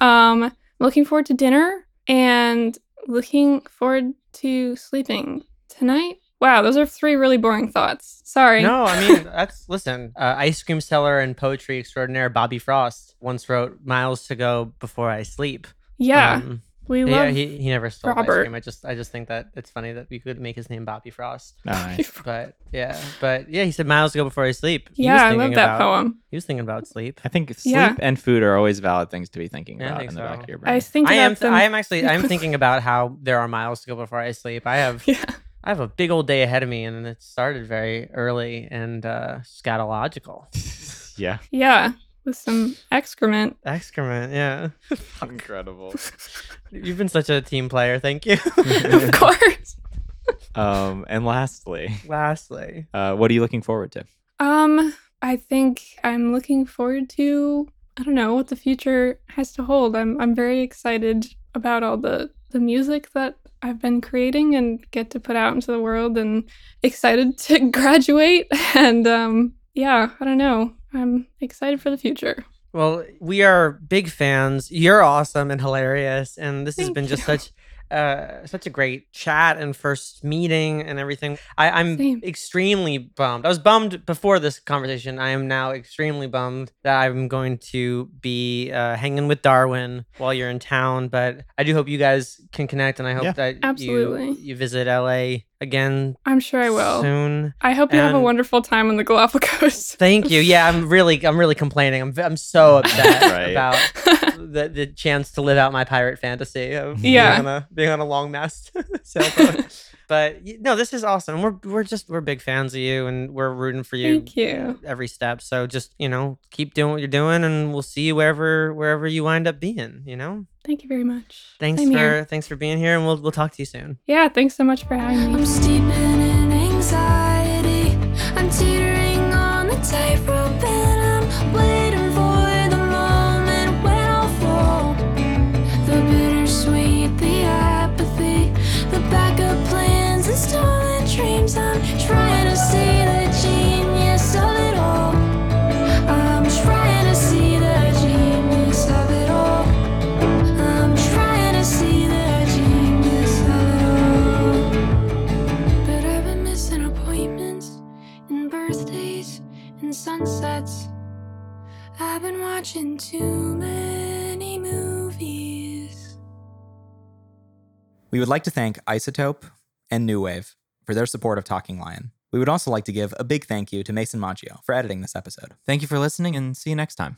Speaker 3: Um, looking forward to dinner and looking forward to sleeping tonight. Wow, those are three really boring thoughts. Sorry.
Speaker 1: No, I mean that's listen. Uh, ice cream seller and poetry extraordinaire Bobby Frost once wrote "Miles to Go Before I Sleep."
Speaker 3: Yeah,
Speaker 1: Um,
Speaker 3: we
Speaker 1: yeah,
Speaker 3: love
Speaker 1: he, he never stole ice
Speaker 3: Robert.
Speaker 1: cream. I just I just think that it's funny that we could make his name Bobby Frost.
Speaker 4: All right.
Speaker 1: But yeah, but yeah, he said miles to go before I sleep. He was
Speaker 3: Yeah, I love
Speaker 1: thinking
Speaker 3: that
Speaker 1: about,
Speaker 3: poem.
Speaker 1: He was thinking about sleep.
Speaker 4: I think sleep
Speaker 3: Yeah.
Speaker 4: and food are always valid things to be thinking
Speaker 1: Yeah, I
Speaker 4: about
Speaker 1: think
Speaker 4: in the
Speaker 1: so.
Speaker 4: back of your brain.
Speaker 3: I think
Speaker 1: I
Speaker 3: about
Speaker 1: am.
Speaker 3: them.
Speaker 1: I am actually. I'm thinking about how there are miles to go before I sleep. I have.
Speaker 3: Yeah.
Speaker 1: I have a big old day ahead of me, and it started very early and uh, scatological.
Speaker 4: yeah.
Speaker 3: yeah, with some excrement.
Speaker 1: Excrement. Yeah.
Speaker 4: Incredible.
Speaker 1: You've been such a team player. Thank you.
Speaker 3: of course.
Speaker 4: Um, and lastly,
Speaker 1: Lastly,
Speaker 4: uh, what are you looking forward to?
Speaker 3: Um, I think I'm looking forward to I don't know what the future has to hold. I'm I'm very excited about all the the music that I've been creating and get to put out into the world and excited to graduate and um yeah, I don't know. I'm excited for the future.
Speaker 1: well, we are big fans. You're awesome and hilarious, and this has
Speaker 3: Thank
Speaker 1: been just
Speaker 3: you.
Speaker 1: such. Uh, such a great chat and first meeting and everything. I, I'm
Speaker 3: Same.
Speaker 1: extremely bummed. I was bummed before this conversation. I am now extremely bummed that I'm going to be uh, hanging with Darwin while you're in town. But I do hope you guys can connect, and I hope
Speaker 4: Yeah.
Speaker 1: that
Speaker 3: Absolutely.
Speaker 1: you you visit LA again
Speaker 3: I'm sure I will.
Speaker 1: soon.
Speaker 3: I hope you have a
Speaker 1: And-
Speaker 3: wonderful time on the Galapagos.
Speaker 1: Thank you. Yeah, I'm really, I'm really complaining. I'm, I'm so upset
Speaker 4: Right.
Speaker 1: about the, the chance to live out my pirate fantasy of
Speaker 3: Yeah.
Speaker 1: being, on a, being on a long mast sailboat. But But y- no, this is awesome. We're we're just we're big fans of you, and we're rooting for you
Speaker 3: Thank you.
Speaker 1: every step. So just you know, keep doing what you're doing, and we'll see you wherever wherever you wind up being. You know,
Speaker 3: Thank you very much.
Speaker 1: thanks
Speaker 3: Same
Speaker 1: for
Speaker 3: here.
Speaker 1: thanks for being here, and we'll we'll talk to you soon.
Speaker 3: Yeah, thanks so much for having me.
Speaker 5: I'm steeping in anxiety. I'm teetering on the tightrope and I'm waiting for the moment when I'll fall. The bittersweet, the apathy, the backup plans and stolen dreams. I'm trying to see the genius of it all. I'm trying to see the genius of it all. I'm trying to see the genius of it all. But I've been missing appointments and birthdays and sunsets. I've been watching too many movies.
Speaker 2: We would like to thank Isotope and New Wave for their support of Talking Lion. We would also like to give a big thank you to Mason Maggio for editing this episode. Thank you for listening and see you next time.